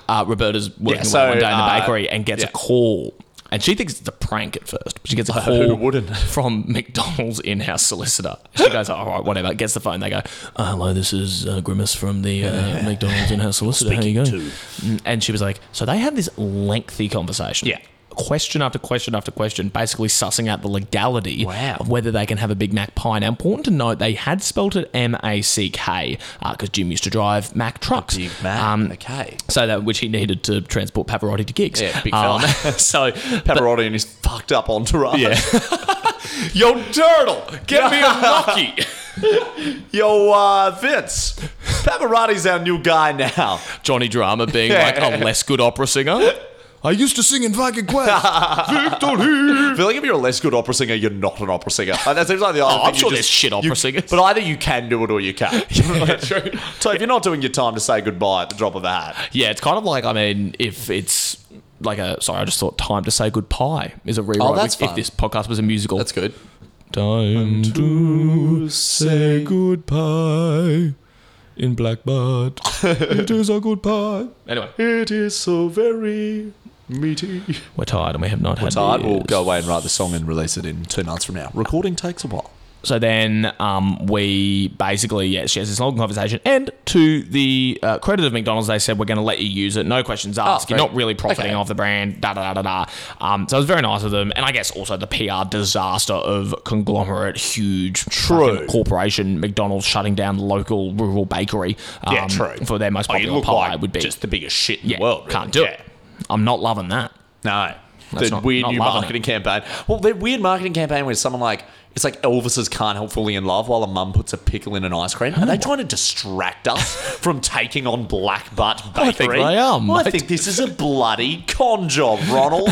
Speaker 6: uh, Roberta's working
Speaker 4: so,
Speaker 6: one day in the
Speaker 4: uh,
Speaker 6: bakery and gets
Speaker 4: yeah.
Speaker 6: a call. and she thinks it's a prank at first. But she gets a call
Speaker 4: who wouldn't?
Speaker 6: from McDonald's in-house solicitor. She goes, "Oh, "All right, whatever." Gets the phone. They go, uh, "Hello, this is uh, Grimace from the uh, McDonald's in-house solicitor. How you going?" Mm, And she was like, "So they have this lengthy conversation."
Speaker 4: Yeah.
Speaker 6: Question after question after question, basically sussing out the legality
Speaker 4: Wow.
Speaker 6: of whether they can have a Big Mac pie. Now, important to note, they had spelt it M A C K because Jim used to drive Mac trucks.
Speaker 4: Big Mac.
Speaker 6: Um,
Speaker 4: okay.
Speaker 6: so that which he needed to transport Pavarotti to gigs.
Speaker 4: Yeah, big
Speaker 6: Um,
Speaker 4: fella.
Speaker 6: so
Speaker 4: Pavarotti and his fucked up entourage.
Speaker 6: Yeah. yo turtle, get me a knocky.
Speaker 4: Yo, uh, Vince, Pavarotti's our new guy now.
Speaker 6: Johnny Drama being like a less good opera singer. I used to sing in Viking Quest.
Speaker 4: I feel like if you're a less good opera singer, you're not an opera singer. Like, that seems like the other
Speaker 6: Oh,
Speaker 4: thing
Speaker 6: I'm
Speaker 4: you
Speaker 6: sure
Speaker 4: just-
Speaker 6: there's shit opera
Speaker 4: you-
Speaker 6: singers.
Speaker 4: But either you can do it or you can't. So if you're not doing your time to say goodbye at the drop of a hat,
Speaker 6: yeah, it's kind of like I mean, if it's like a sorry, I just thought "Time to Say Goodbye" is a rewrite.
Speaker 4: Oh, that's
Speaker 6: if,
Speaker 4: fun.
Speaker 6: if this podcast was a musical,
Speaker 4: that's good.
Speaker 6: Time to say goodbye in Blackbird. it is a goodbye. Anyway,
Speaker 4: It is so very meaty.
Speaker 6: we're tired and we have not had.
Speaker 4: Tired. We'll
Speaker 6: beers.
Speaker 4: go away and write the song and release it in two months from now. Recording takes a while.
Speaker 6: So then um, we basically, yeah, she has this long conversation. And to the uh, credit of McDonald's, they said, we're going to let you use it. No questions asked. You're
Speaker 4: Ah, great.
Speaker 6: not really profiting
Speaker 4: Okay.
Speaker 6: off the brand, da da da da da. Um, so it was very nice of them. And I guess also the PR disaster of conglomerate, huge
Speaker 4: True.
Speaker 6: fucking corporation, McDonald's shutting down local rural bakery um,
Speaker 4: Yeah, true.
Speaker 6: for their most
Speaker 4: Oh, you
Speaker 6: popular
Speaker 4: look
Speaker 6: pie
Speaker 4: like
Speaker 6: would be.
Speaker 4: just the biggest shit in
Speaker 6: yeah,
Speaker 4: the world. really.
Speaker 6: Can't do it.
Speaker 4: Yeah.
Speaker 6: I'm not loving that.
Speaker 4: No.
Speaker 6: That's
Speaker 4: the
Speaker 6: not-
Speaker 4: weird
Speaker 6: not
Speaker 4: new
Speaker 6: loving
Speaker 4: marketing campaign. Well, the weird marketing campaign where someone like it's like Elvis's can't help falling in love while a mum puts a pickle in an ice cream.
Speaker 6: Hmm.
Speaker 4: Are they trying to distract us from taking on Black Butt Bakery?
Speaker 6: I think they are,
Speaker 4: Well, I
Speaker 6: mate.
Speaker 4: think this is a bloody con job, Ronald.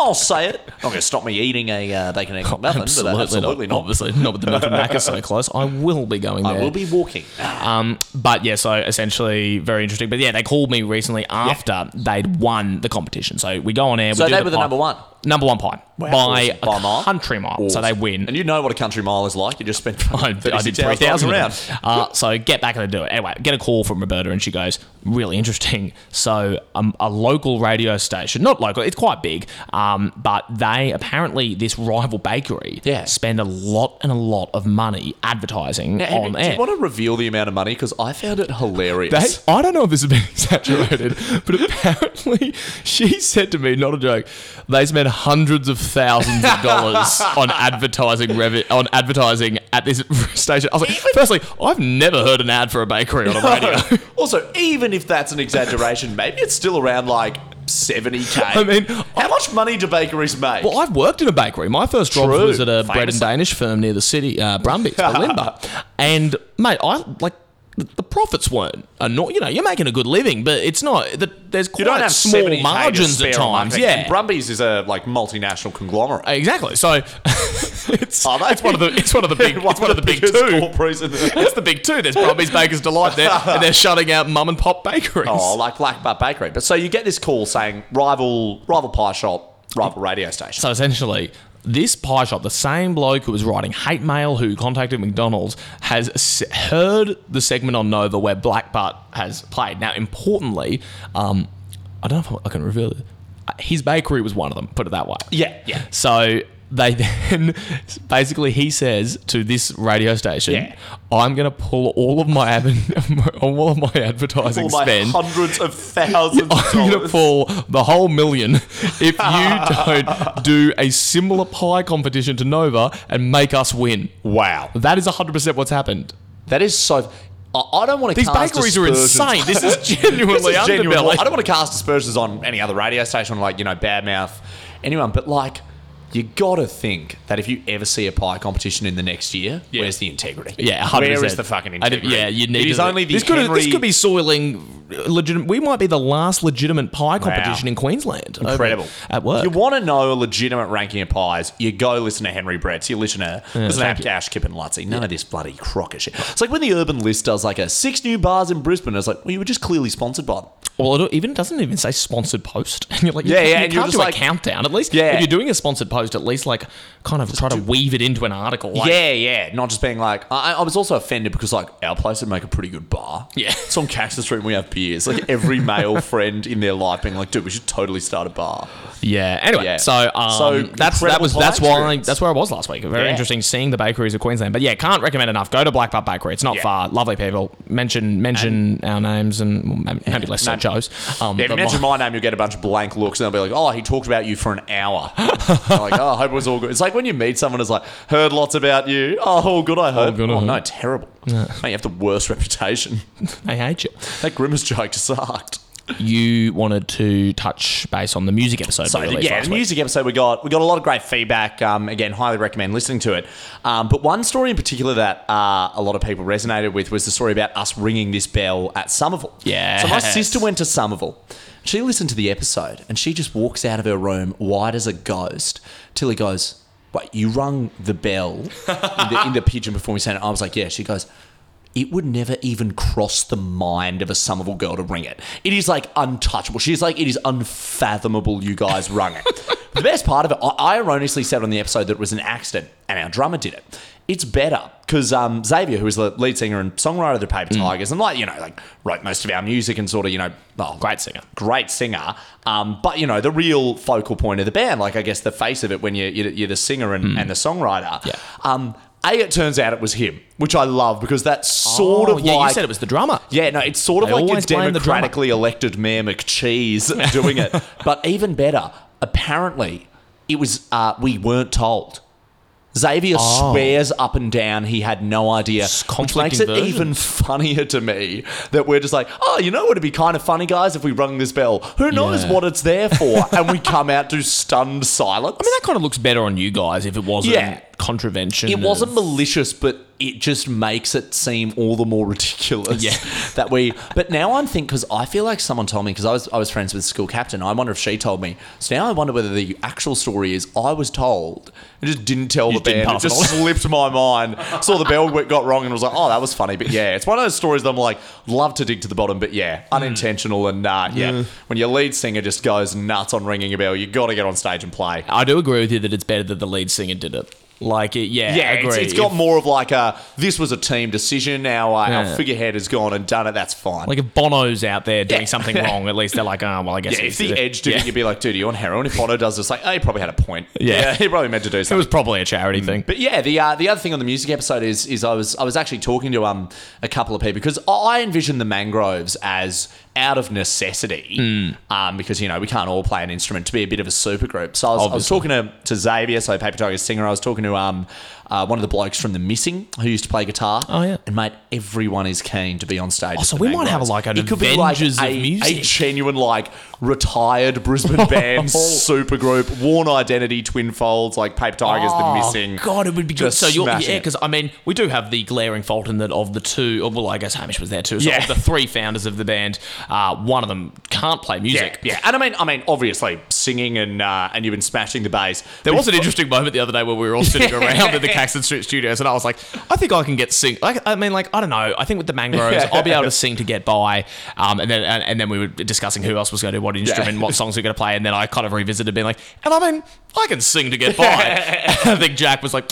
Speaker 4: I'll say it. Not going to stop me eating a uh, bacon egg muffin, but absolutely not.
Speaker 6: Obviously, not with the Muffin Mac is so close. I will be going there.
Speaker 4: I will be walking.
Speaker 6: Um, but yeah, so essentially very interesting. But yeah, they called me recently after they'd won the competition. So we go on air.
Speaker 4: So
Speaker 6: we do
Speaker 4: they were the
Speaker 6: pie-
Speaker 4: number one?
Speaker 6: Number one pie
Speaker 4: Wow.
Speaker 6: by
Speaker 4: Awesome. By a
Speaker 6: a
Speaker 4: mile?
Speaker 6: country mile. So
Speaker 4: Awesome.
Speaker 6: they win.
Speaker 4: And you know what a country mile is like. You just spent
Speaker 6: I,
Speaker 4: fucking
Speaker 6: I did
Speaker 4: 36 hours
Speaker 6: 3,000
Speaker 4: driving
Speaker 6: of
Speaker 4: around.
Speaker 6: them. Uh, so get back and do it. Anyway, get a call from Roberta and she goes, really interesting. So um, a local radio station, not local, it's quite big, um, but they apparently, this rival bakery,
Speaker 4: Yeah.
Speaker 6: spend a lot and a lot of money advertising
Speaker 4: Now, Henry,
Speaker 6: on
Speaker 4: do
Speaker 6: air.
Speaker 4: you want to reveal the amount of money? Because I found it hilarious.
Speaker 6: They- I don't know if this has been exaggerated, but apparently she said to me, not a joke, they spent hundreds of thousands of dollars on advertising revi- on advertising at this station. I was like, firstly, I've never heard an ad for a bakery on a radio.
Speaker 4: also, even if that's an exaggeration, maybe it's still around like 70k.
Speaker 6: I mean,
Speaker 4: how much money do bakeries make?
Speaker 6: Well, I've worked in a bakery. My first job
Speaker 4: True.
Speaker 6: was at a bread
Speaker 4: Famous.
Speaker 6: and Danish firm near the city, uh, Brumbies, Limba. And mate, I like the the profits weren't anno- you know you're making a good living but it's not that there's quite
Speaker 4: you don't have
Speaker 6: small
Speaker 4: 70K to
Speaker 6: margins
Speaker 4: spare
Speaker 6: at
Speaker 4: on
Speaker 6: times
Speaker 4: marketing.
Speaker 6: yeah
Speaker 4: And Brumbies is a like multinational conglomerate.
Speaker 6: Exactly. So it's,
Speaker 4: Are they?
Speaker 6: it's one of the it's one of the big it's one of the big
Speaker 4: biggest
Speaker 6: two.
Speaker 4: corporates in the-
Speaker 6: It's the big two. There's Brumbies Bakers Delight there, and they're shutting out mum and pop bakeries.
Speaker 4: oh, like Black Butt Bakery. But so you get this call saying rival rival pie shop, rival radio station.
Speaker 6: So essentially, this pie shop, the same bloke who was writing hate mail, who contacted McDonald's, has s- heard the segment on Nova where Black Butt has played. Now, importantly, um, I don't know if I can reveal it. Uh, His bakery was one of them. Put it that way.
Speaker 4: yeah, yeah.
Speaker 6: So they then basically he says to this radio station,
Speaker 4: Yeah.
Speaker 6: "I'm going to pull all of my ad- all of my advertising
Speaker 4: All my
Speaker 6: spend.
Speaker 4: hundreds of thousands of
Speaker 6: I'm going to
Speaker 4: dollars.
Speaker 6: pull the whole million if you don't do a similar pie competition to Nova and make us win."
Speaker 4: wow.
Speaker 6: That is 100% what's happened.
Speaker 4: That is so. I, I don't want to.
Speaker 6: These
Speaker 4: cast
Speaker 6: bakeries are
Speaker 4: aspersions-
Speaker 6: insane. This is genuinely
Speaker 4: This is genuine.
Speaker 6: underbelly.
Speaker 4: I don't want to cast aspersions on any other radio station, like you know, badmouth anyone. But like, you gotta think that if you ever see a pie competition in the next year, where's the integrity?
Speaker 6: Yeah, 100%.
Speaker 4: Where is the fucking
Speaker 6: I don't-
Speaker 4: integrity?
Speaker 6: Yeah, you need.
Speaker 4: It is
Speaker 6: to-
Speaker 4: only the
Speaker 6: this could,
Speaker 4: Henry
Speaker 6: this could be soiling legitimate. We might be the last legitimate pie competition in Queensland. over-
Speaker 4: Incredible.
Speaker 6: at work.
Speaker 4: You want to know a legitimate ranking of pies, you go listen to Henry Brett's, you listen to, listen to
Speaker 6: thank you.
Speaker 4: Cash, Kip and Lutzy. None of this bloody crocker shit. It's like when the Urban List does like a six new bars in Brisbane. It's like, well, you were just clearly sponsored by them.
Speaker 6: well, it even doesn't even say sponsored post, and you're like,
Speaker 4: Yeah,
Speaker 6: yeah,
Speaker 4: yeah,
Speaker 6: you
Speaker 4: and you're
Speaker 6: can't
Speaker 4: just
Speaker 6: do
Speaker 4: like-
Speaker 6: a countdown at least.
Speaker 4: Yeah.
Speaker 6: if you're doing a sponsored post, proposed, at least like kind of try to weave it into an article. Like,
Speaker 4: yeah, yeah. Not just being like, I, I was also offended because like our place would make a pretty good bar.
Speaker 6: Yeah.
Speaker 4: it's on Cactus Street. and We have beers. Like every male friend in their life being like, dude, we should totally start a bar.
Speaker 6: Yeah. Anyway,
Speaker 4: Yeah.
Speaker 6: so um,
Speaker 4: So,
Speaker 6: that's that was
Speaker 4: incredible
Speaker 6: that's why
Speaker 4: experience.
Speaker 6: that's where I was last week. Very
Speaker 4: Yeah.
Speaker 6: interesting seeing the bakeries of Queensland. But yeah, can't recommend enough. Go to Black Butt Bakery. It's not
Speaker 4: Yeah.
Speaker 6: far. Lovely people. Mention mention our names and well, maybe- maybe less so
Speaker 4: Name-
Speaker 6: Joe's. Um,
Speaker 4: Yeah, if you
Speaker 6: but
Speaker 4: mention my
Speaker 6: my-
Speaker 4: name, you'll get a bunch of blank looks, and they'll be like, "Oh, he talked about you for an hour." You're like, "Oh, I hope it was all good." It's like when you meet someone who's like, "Heard lots about you." Oh, all good, I hope.
Speaker 6: good, I
Speaker 4: oh no,
Speaker 6: hope.
Speaker 4: terrible. Mate, you have the worst reputation.
Speaker 6: I hate you.
Speaker 4: that grimace joke just sucked.
Speaker 6: You wanted to touch base on the music episode.
Speaker 4: So
Speaker 6: we released
Speaker 4: yeah,
Speaker 6: last
Speaker 4: the
Speaker 6: week.
Speaker 4: music episode we got we got a lot of great feedback. Um, again, highly recommend listening to it. Um, but one story in particular that uh, a lot of people resonated with was the story about us ringing this bell at Somerville.
Speaker 6: Yes.
Speaker 4: So my sister went to Somerville. She listened to the episode and she just walks out of her room white as a ghost till he goes, "Wait, you rung the bell in the, in the pigeon before we sent it?" I was like, "Yeah." She goes. It would never even cross the mind of a Somerville girl to ring it. It is like untouchable. She's like, it is unfathomable you guys rung it. the best part of it, I I erroneously said on the episode that it was an accident, and our drummer did it. It's better because um, Xavier, who is the lead singer and songwriter of the Paper Tigers, and like you know, like wrote most of our music and sort of you know, oh,
Speaker 6: Great singer.
Speaker 4: great singer. Um, but you know, the real focal point of the band, like I guess the face of it when you're you're, you're the singer and, and the songwriter.
Speaker 6: Hmm. Yeah.
Speaker 4: Um, a, it turns out it was him, which I love because that's sort
Speaker 6: Oh,
Speaker 4: of
Speaker 6: yeah,
Speaker 4: like
Speaker 6: you said it was the drummer.
Speaker 4: yeah, no, it's sort of
Speaker 6: They
Speaker 4: like your
Speaker 6: always blame the drummer.
Speaker 4: democratically elected Mayor McCheese doing it. but even better, apparently, it was uh, we weren't told. Xavier swears up and down he had no idea,
Speaker 6: It's
Speaker 4: which makes
Speaker 6: Oh. conflicting
Speaker 4: it
Speaker 6: versions.
Speaker 4: even funnier to me that we're just like, oh, you know, it'd be kind of funny, guys, if we rung this bell. Who knows
Speaker 6: Yeah.
Speaker 4: what it's there for? and we come out to stunned silence.
Speaker 6: I mean, that kind of looks better on you guys if it wasn't
Speaker 4: Yeah.
Speaker 6: contravention.
Speaker 4: It
Speaker 6: of-
Speaker 4: wasn't malicious, but it just makes it seem all the more ridiculous.
Speaker 6: Yeah.
Speaker 4: that we. But now I'm thinking because I feel like someone told me because I was I was friends with the school captain. I wonder if she told me. So now I wonder whether the actual story is I was told and just didn't tell the
Speaker 6: didn't
Speaker 4: band. It
Speaker 6: pass it
Speaker 4: just slipped my mind. Saw the bell went- got wrong and was like, oh, that was funny. But yeah, it's one of those stories that I'm like, love to dig to the bottom, but
Speaker 6: Mm.
Speaker 4: yeah, unintentional and uh, yeah. When your lead singer just goes nuts on ringing a bell, you got to get on stage and play.
Speaker 6: I do agree with you that it's better that the lead singer did it. Like, it, yeah,
Speaker 4: Yeah,
Speaker 6: agree.
Speaker 4: it's, it's got more of like a this was a team decision. Our uh,
Speaker 6: Yeah.
Speaker 4: our figurehead has gone and done it. That's fine.
Speaker 6: Like if Bono's out there doing
Speaker 4: Yeah.
Speaker 6: something wrong, at least they're like, oh, well, I guess
Speaker 4: yeah, if
Speaker 6: it's-
Speaker 4: the Edge did it, you'd be like, dude, are you on heroin? If Bono does this, like, oh, he probably had a point.
Speaker 6: Yeah.
Speaker 4: he probably meant to do
Speaker 6: it
Speaker 4: something.
Speaker 6: was probably a charity thing.
Speaker 4: But yeah, the uh, the other thing on the music episode is is I was I was actually talking to um a couple of people because I envision the mangroves as out of necessity,
Speaker 6: Hmm.
Speaker 4: um, because you know we can't all play an instrument to be a bit of a supergroup. So I was, I was talking to, to Xavier, so Paper Tiger's singer. I was talking to um uh, one of the blokes from The Missing who used to play guitar.
Speaker 6: Oh, yeah.
Speaker 4: and mate, everyone is keen to be on stage. Oh,
Speaker 6: so we might have, like, an
Speaker 4: it could be like
Speaker 6: Avengers of
Speaker 4: a- a
Speaker 6: music.
Speaker 4: genuine like retired Brisbane band supergroup, worn identity, twin folds, like Paper Tigers, the missing.
Speaker 6: Oh, God, it would be good.
Speaker 4: Just
Speaker 6: So you're,
Speaker 4: smashing
Speaker 6: yeah,
Speaker 4: it.
Speaker 6: because I mean, we do have the glaring fault in that of the two. oh, Well, I guess Hamish was there too. So
Speaker 4: Yeah.
Speaker 6: of the three founders of the band, uh, one of them can't play music.
Speaker 4: Yeah, yeah, and I mean, I mean, obviously singing and uh, and you've been smashing the bass.
Speaker 6: There was an interesting moment the other day where we were all sitting around at the Caxton Street Studios, and I was like, I think I can get sing. Like, I mean, like, I don't know. I think with the mangroves, I'll be able to sing to get by. Um, and then and, and then we were discussing who else was going to do what instrument, what songs we are going to play, and then I kind of revisited, being like, and I mean, I can sing to get by. I think Jack was like,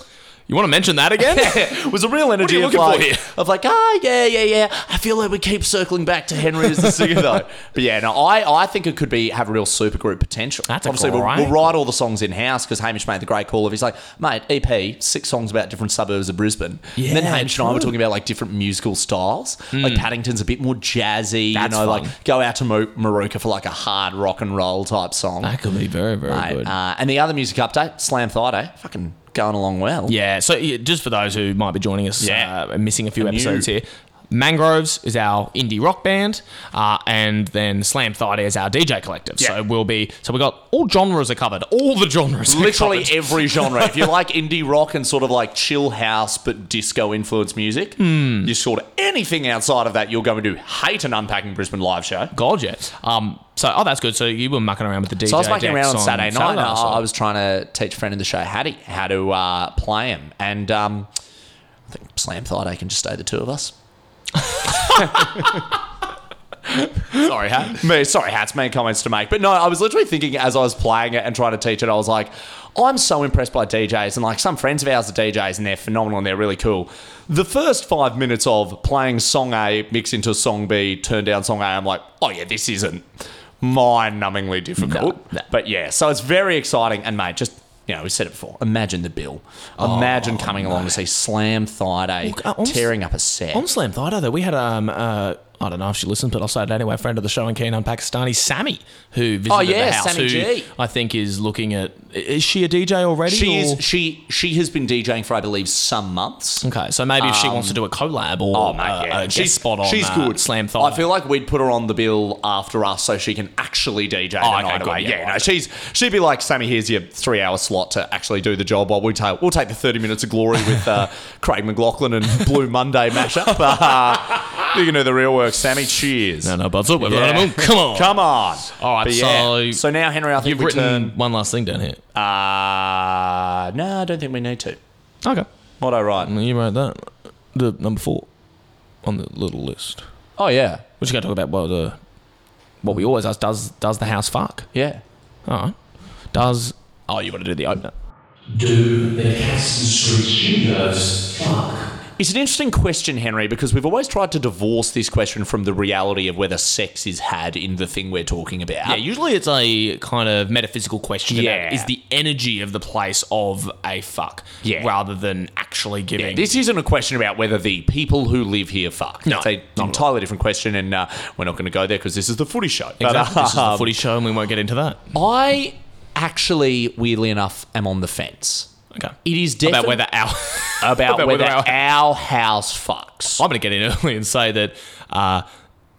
Speaker 6: you want to mention that again?
Speaker 4: It was a real energy
Speaker 6: you
Speaker 4: of
Speaker 6: looking for
Speaker 4: like,
Speaker 6: here?
Speaker 4: of like, ah, yeah, yeah, yeah. I feel like we keep circling back to Henry as the singer though. But yeah, no, I, I think it could be have real supergroup potential.
Speaker 6: That's a
Speaker 4: obviously we'll,
Speaker 6: great
Speaker 4: we'll write all the songs in house because Hamish made the great call of he's like, mate, EP six songs about different suburbs of Brisbane. and then
Speaker 6: Yeah,
Speaker 4: Hamish and I were talking about like different musical styles. Like Paddington's a bit more jazzy,
Speaker 6: That's
Speaker 4: you know,
Speaker 6: fun.
Speaker 4: like go out to Mo- Maroka for like a hard rock and roll type song.
Speaker 6: that could be very, very
Speaker 4: Mate,
Speaker 6: good.
Speaker 4: Uh, and the other music update, Slam Thigh Day, fucking going along well.
Speaker 6: Yeah. So yeah, just for those who might be joining us,
Speaker 4: Yeah.
Speaker 6: uh, and missing a few
Speaker 4: And you.
Speaker 6: episodes here. Mangroves is our indie rock band, uh, and then Slam Thigh Day is our DJ collective.
Speaker 4: Yeah.
Speaker 6: So we'll be so we got all genres are covered, all the genres, are
Speaker 4: Literally
Speaker 6: covered.
Speaker 4: every genre. If you like indie rock and sort of like chill house but disco influenced music,
Speaker 6: Hmm.
Speaker 4: you sort of anything outside of that, you're going to hate an Unpacking Brisbane live show.
Speaker 6: God, yeah. Um. So oh, that's good. So you were mucking around with the DJ.
Speaker 4: So I was mucking
Speaker 6: decks
Speaker 4: around on Saturday night. and I-
Speaker 6: so-
Speaker 4: I was trying to teach a friend of the show, Hattie, how to uh, play him. And um, I think Slam Thigh Day can just stay the two of us.
Speaker 6: sorry, Hat.
Speaker 4: Me, sorry, hats, many comments to make. But no, I was literally thinking as I was playing it and trying to teach it, I was like, I'm so impressed by DJs, and like some friends of ours are DJs, and they're phenomenal and they're really cool. The first five minutes of playing song A mixed into song B, turn down song A, I'm like, oh yeah, this isn't mind-numbingly difficult. But yeah, so it's very exciting, and mate, just. You know, we said it before. Imagine the bill. Imagine coming along to see Slam Friday
Speaker 6: Look, uh, I'm s-
Speaker 4: tearing up a set.
Speaker 6: On Slam Thida, though, we had um, uh, I don't know if she listens, but I'll say it anyway. A friend of the show in Keenan, Pakistani, Sammy, who visited
Speaker 4: Oh, yeah,
Speaker 6: the house,
Speaker 4: Sammy
Speaker 6: who
Speaker 4: G.
Speaker 6: I think is looking at. Is she a DJ already?
Speaker 4: She
Speaker 6: or-
Speaker 4: is she she has been DJing for I believe some months.
Speaker 6: Okay, so maybe if she wants to do a collab or
Speaker 4: Oh mate,
Speaker 6: uh,
Speaker 4: yeah.
Speaker 6: a guest spot on
Speaker 4: she's
Speaker 6: uh,
Speaker 4: good.
Speaker 6: Slam Thida.
Speaker 4: I feel like we'd put her on the bill after us so she can actually DJ the
Speaker 6: Oh, okay,
Speaker 4: night
Speaker 6: good,
Speaker 4: away.
Speaker 6: yeah,
Speaker 4: Yeah, no,
Speaker 6: right.
Speaker 4: she's she'd be like, Sammy, here's your three hour slot to actually do the job. While we take we'll take the thirty minutes of glory with uh, Craig McLaughlin and Blue Monday mashup. Uh, you can do the real work, Sammy. Cheers.
Speaker 6: no, no, but up with
Speaker 4: Yeah.
Speaker 6: Come on,
Speaker 4: Come on.
Speaker 6: All right,
Speaker 4: But yeah,
Speaker 6: so-
Speaker 4: so now Henry, I think
Speaker 6: You've
Speaker 4: we
Speaker 6: written
Speaker 4: turn.
Speaker 6: one last thing down here.
Speaker 4: Uh, no, I don't think we need to.
Speaker 6: Okay,
Speaker 4: What I write?
Speaker 6: you wrote that the number four on the little list.
Speaker 4: Oh yeah,
Speaker 6: We're just gonna talk about what the what we always ask: does does the house fuck?
Speaker 4: yeah.
Speaker 6: All right, does oh you want to do the opener?
Speaker 8: Do the Caston Street Studios fuck?
Speaker 4: It's an interesting question, Henry, because we've always tried to divorce this question from the reality of whether sex is had in the thing we're talking about.
Speaker 6: Yeah, usually it's a kind of metaphysical question. about
Speaker 4: Yeah.
Speaker 6: is the energy of the place of a fuck?
Speaker 4: Yeah.
Speaker 6: rather than actually giving.
Speaker 4: Yeah, this isn't a question about whether the people who live here fuck.
Speaker 6: No,
Speaker 4: it's an entirely different question, and uh, we're not going to go there because this is the footy show. But,
Speaker 6: Exactly. this is the
Speaker 4: um,
Speaker 6: footy show, and we won't get into that.
Speaker 4: I actually, weirdly enough, am on the fence
Speaker 6: Okay.
Speaker 4: It is
Speaker 6: about
Speaker 4: definite-
Speaker 6: whether our
Speaker 4: about, whether,
Speaker 6: our-
Speaker 4: our house fucks.
Speaker 6: I'm going to get in early and say that. Uh,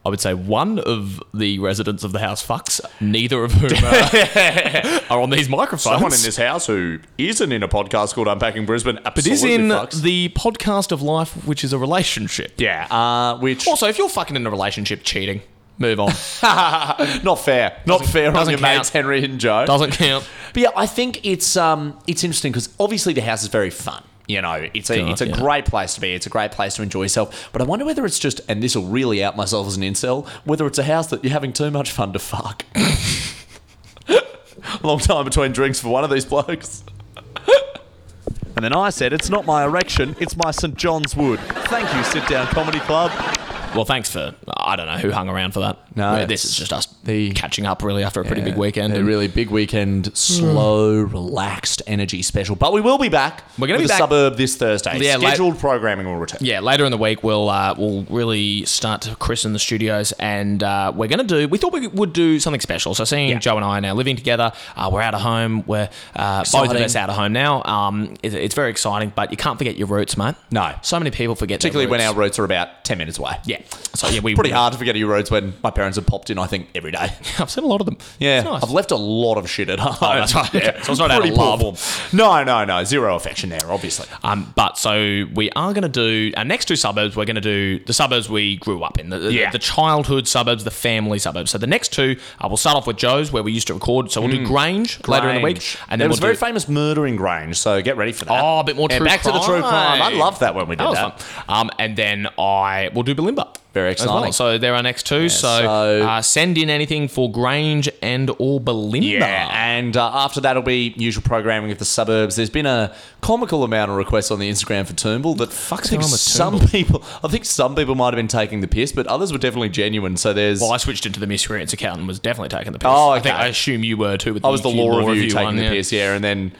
Speaker 6: I would say one of the residents of the house fucks, neither of whom uh, are, are on these microphones.
Speaker 4: house who isn't in a podcast called Unpacking Brisbane
Speaker 6: but is in the podcast of life, which is a relationship.
Speaker 4: yeah, uh, which
Speaker 6: Also, if you're fucking in a relationship, cheating. Move on.
Speaker 4: not fair, not fair on
Speaker 6: doesn't
Speaker 4: your
Speaker 6: count.
Speaker 4: mates Henry and Joe.
Speaker 6: Doesn't count.
Speaker 4: But yeah, I think it's um it's interesting because obviously the house is very fun. You know, it's a
Speaker 6: Sure,
Speaker 4: it's a
Speaker 6: yeah.
Speaker 4: great place to be. It's a great place to enjoy yourself. But I wonder whether it's just and this will really out myself as an incel. Whether it's a house that you're having too much fun to fuck. Long time between drinks for one of these blokes. and then I said, "It's not my erection. It's my St John's Wood." Thank you, Sit Down Comedy Club.
Speaker 6: Well, thanks for I don't know who hung around for that.
Speaker 4: No,
Speaker 6: Well, this is just us catching up really after a pretty big weekend. Mm.
Speaker 4: A
Speaker 6: and-
Speaker 4: really big weekend, slow, relaxed energy special. But we will be back.
Speaker 6: We're gonna
Speaker 4: with
Speaker 6: be
Speaker 4: the
Speaker 6: back-
Speaker 4: suburb this Thursday.
Speaker 6: Yeah, late-
Speaker 4: Scheduled programming will return.
Speaker 6: yeah, later in the week we'll uh, we'll really start to christen the studios, and uh, we're gonna do. We thought we would do something special. So seeing Joe and I are now living together, uh, we're out of home. We're uh, both of
Speaker 4: Exciting.
Speaker 6: us out of home now. Um, it, it's very exciting, but you can't forget your roots, mate.
Speaker 4: No.
Speaker 6: so many people forget, their
Speaker 4: Particularly when
Speaker 6: roots.
Speaker 4: our roads are about 10 minutes away.
Speaker 6: yeah. So yeah, we
Speaker 4: Pretty hard to forget your roads when my parents have popped in, I think, every day.
Speaker 6: I've seen a lot of them. it's nice. Oh,
Speaker 4: I've left a lot of shit at home.
Speaker 6: that's right. Okay, so it's not out of
Speaker 4: Pretty poor
Speaker 6: love.
Speaker 4: form. No, no, no. Zero affection there, obviously.
Speaker 6: Um, but so we are going to do our next two suburbs. We're going to do the suburbs we grew up in, the, the-
Speaker 4: Yeah.
Speaker 6: the childhood suburbs, the family suburbs. So the next two, uh, we'll start off with Joe's, where we used to record. So we'll do Grange, later in the week,
Speaker 4: Mm. Grange.
Speaker 6: and
Speaker 4: there
Speaker 6: then
Speaker 4: was
Speaker 6: we'll
Speaker 4: a very
Speaker 6: do.
Speaker 4: famous murder in Grange, so get ready for that.
Speaker 6: Oh, a bit more
Speaker 4: And
Speaker 6: true
Speaker 4: back to the true crime. I
Speaker 6: crime.
Speaker 4: loved that when we did
Speaker 6: That
Speaker 4: that.
Speaker 6: was fun. Um, and then I will do Balimba.
Speaker 4: Very
Speaker 6: as well.
Speaker 4: exciting.
Speaker 6: So there are next two. so
Speaker 4: so-
Speaker 6: uh, send in anything for Grange and or Balimba.
Speaker 4: Yeah, and uh, after that, it'll be usual programming of the suburbs. There's been a comical amount of requests on the Instagram for Turnbull that fucks
Speaker 6: going on with
Speaker 4: some people. I think some people might have been taking the piss, but others were definitely genuine. So there's.
Speaker 6: Well, I switched into the miscreants account and was definitely taking the piss.
Speaker 4: Oh,
Speaker 6: I think
Speaker 4: okay.
Speaker 6: I assume you were too. With
Speaker 4: I was the
Speaker 6: law,
Speaker 4: law review taking
Speaker 6: one,
Speaker 4: the
Speaker 6: yeah.
Speaker 4: piss, yeah, and then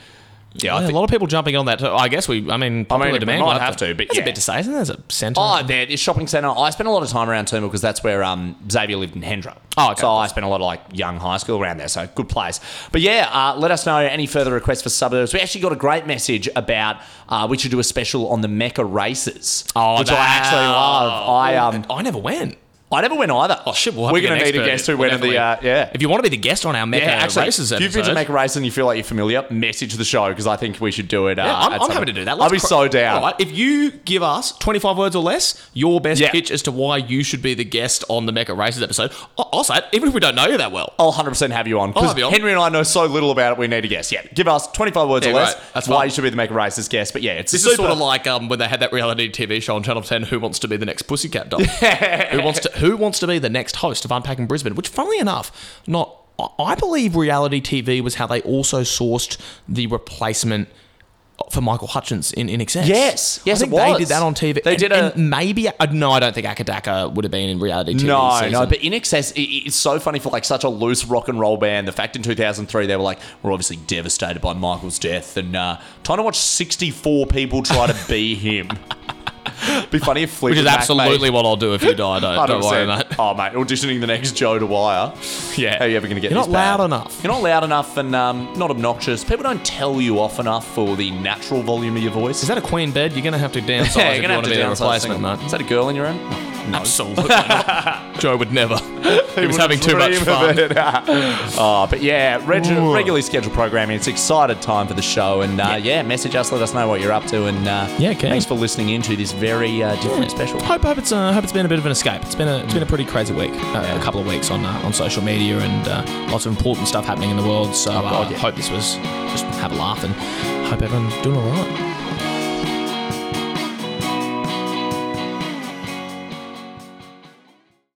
Speaker 4: yeah, I
Speaker 6: Yeah,
Speaker 4: think.
Speaker 6: a lot of people jumping on that. Too. I guess we. I mean, popular
Speaker 4: we
Speaker 6: demand.
Speaker 4: might
Speaker 6: we'll
Speaker 4: have to, but
Speaker 6: that's
Speaker 4: yeah.
Speaker 6: a bit to say, isn't there? There's a sentiment.
Speaker 4: Oh, there, the shopping centre. I spent a lot of time around Turnbull because that's where um, Xavier lived in Hendra.
Speaker 6: Oh, okay.
Speaker 4: So I spent a lot of like young high school around there. So good place. But yeah, uh, let us know any further requests for suburbs. We actually got a great message about uh, we should do a special on the Mecca races, which I actually love. I um,
Speaker 6: Oh, I never went.
Speaker 4: I never went either.
Speaker 6: Oh shit! We'll have
Speaker 4: We're
Speaker 6: to get
Speaker 4: gonna
Speaker 6: an
Speaker 4: need a
Speaker 6: expert.
Speaker 4: guest who
Speaker 6: We'll
Speaker 4: went in the uh,
Speaker 6: definitely-
Speaker 4: yeah.
Speaker 6: If you want to be the guest on our Mecca
Speaker 4: yeah, actually,
Speaker 6: races
Speaker 4: if you've been to
Speaker 6: episode-
Speaker 4: Mecca Races and you feel like you're familiar, message the show because I think we should do it. Uh,
Speaker 6: yeah, I'm,
Speaker 4: at
Speaker 6: I'm
Speaker 4: some-
Speaker 6: happy to do that.
Speaker 4: I'll be
Speaker 6: cr- Oh,
Speaker 4: so down.
Speaker 6: All right, if you give us 25 words or less, your best
Speaker 4: Yeah.
Speaker 6: pitch as to why you should be the guest on the Mecca Races episode, I- I'll say it, even if we don't know you that well.
Speaker 4: I'll 100% have you on.
Speaker 6: I'll
Speaker 4: Because
Speaker 6: have you on.
Speaker 4: Henry and I know so little about it, we need a guess. Yeah, give us 25 words
Speaker 6: Yeah,
Speaker 4: or less.
Speaker 6: right. That's
Speaker 4: That's why
Speaker 6: fine.
Speaker 4: you should be the Mega Races guest. But yeah, it's
Speaker 6: This
Speaker 4: super,
Speaker 6: is sort of like um, when they had that reality TV show on Channel 10, Who Wants to Be the Next Pussycat Doll? who wants to Who wants to be the next host of Unpacking Brisbane? Which, funnily enough, not I- I believe reality TV was how they also sourced the replacement for Michael Hutchins in In Excess.
Speaker 4: Yes. Yes,
Speaker 6: I think
Speaker 4: it was.
Speaker 6: they did that on TV.
Speaker 4: They
Speaker 6: And-
Speaker 4: did a-
Speaker 6: and maybe. uh, no, I don't think Akadaka would have been in reality TV.
Speaker 4: No,
Speaker 6: season.
Speaker 4: no, but In Excess, i- i- it's so funny for like such a loose rock and roll band. The fact in 2003 they were like, we're obviously devastated by Michael's death and uh, time to watch 64 people try to be him. Be funny if Fleetwood
Speaker 6: which is
Speaker 4: Mac
Speaker 6: absolutely
Speaker 4: made,
Speaker 6: what I'll do if you die. Don't, don't worry,
Speaker 4: 100%.
Speaker 6: mate.
Speaker 4: Oh, mate, auditioning the next Joe DeWire.
Speaker 6: Yeah.
Speaker 4: How are you ever going to get
Speaker 6: You're
Speaker 4: this
Speaker 6: not loud
Speaker 4: bad?
Speaker 6: enough.
Speaker 4: You're not loud enough and um, not obnoxious. People don't tell you off enough for the natural volume of your voice.
Speaker 6: Is that a queen bed? You're going to have to downsize
Speaker 4: yeah, you're
Speaker 6: if you
Speaker 4: gonna have
Speaker 6: want
Speaker 4: to
Speaker 6: to be the
Speaker 4: downsize
Speaker 6: replacement,
Speaker 4: single.
Speaker 6: mate.
Speaker 4: Is that a girl in your own?
Speaker 6: Absolutely not. Joe would never. he was having too much fun.
Speaker 4: oh, but yeah, reg- regularly scheduled programming. It's excited time for the show, and uh, yeah. message us, let us know what you're up to, and uh,
Speaker 6: Yeah, can.
Speaker 4: thanks for listening into this very uh, different special.
Speaker 6: Hope, hope it's uh, hope it's been a bit of an escape. It's been a it's been a pretty crazy week, uh, a couple of weeks on uh, on social media and uh, lots of important stuff happening in the world. So I uh,
Speaker 4: Oh, God, yeah.
Speaker 6: hope this was just have a laugh and hope everyone's doing all right.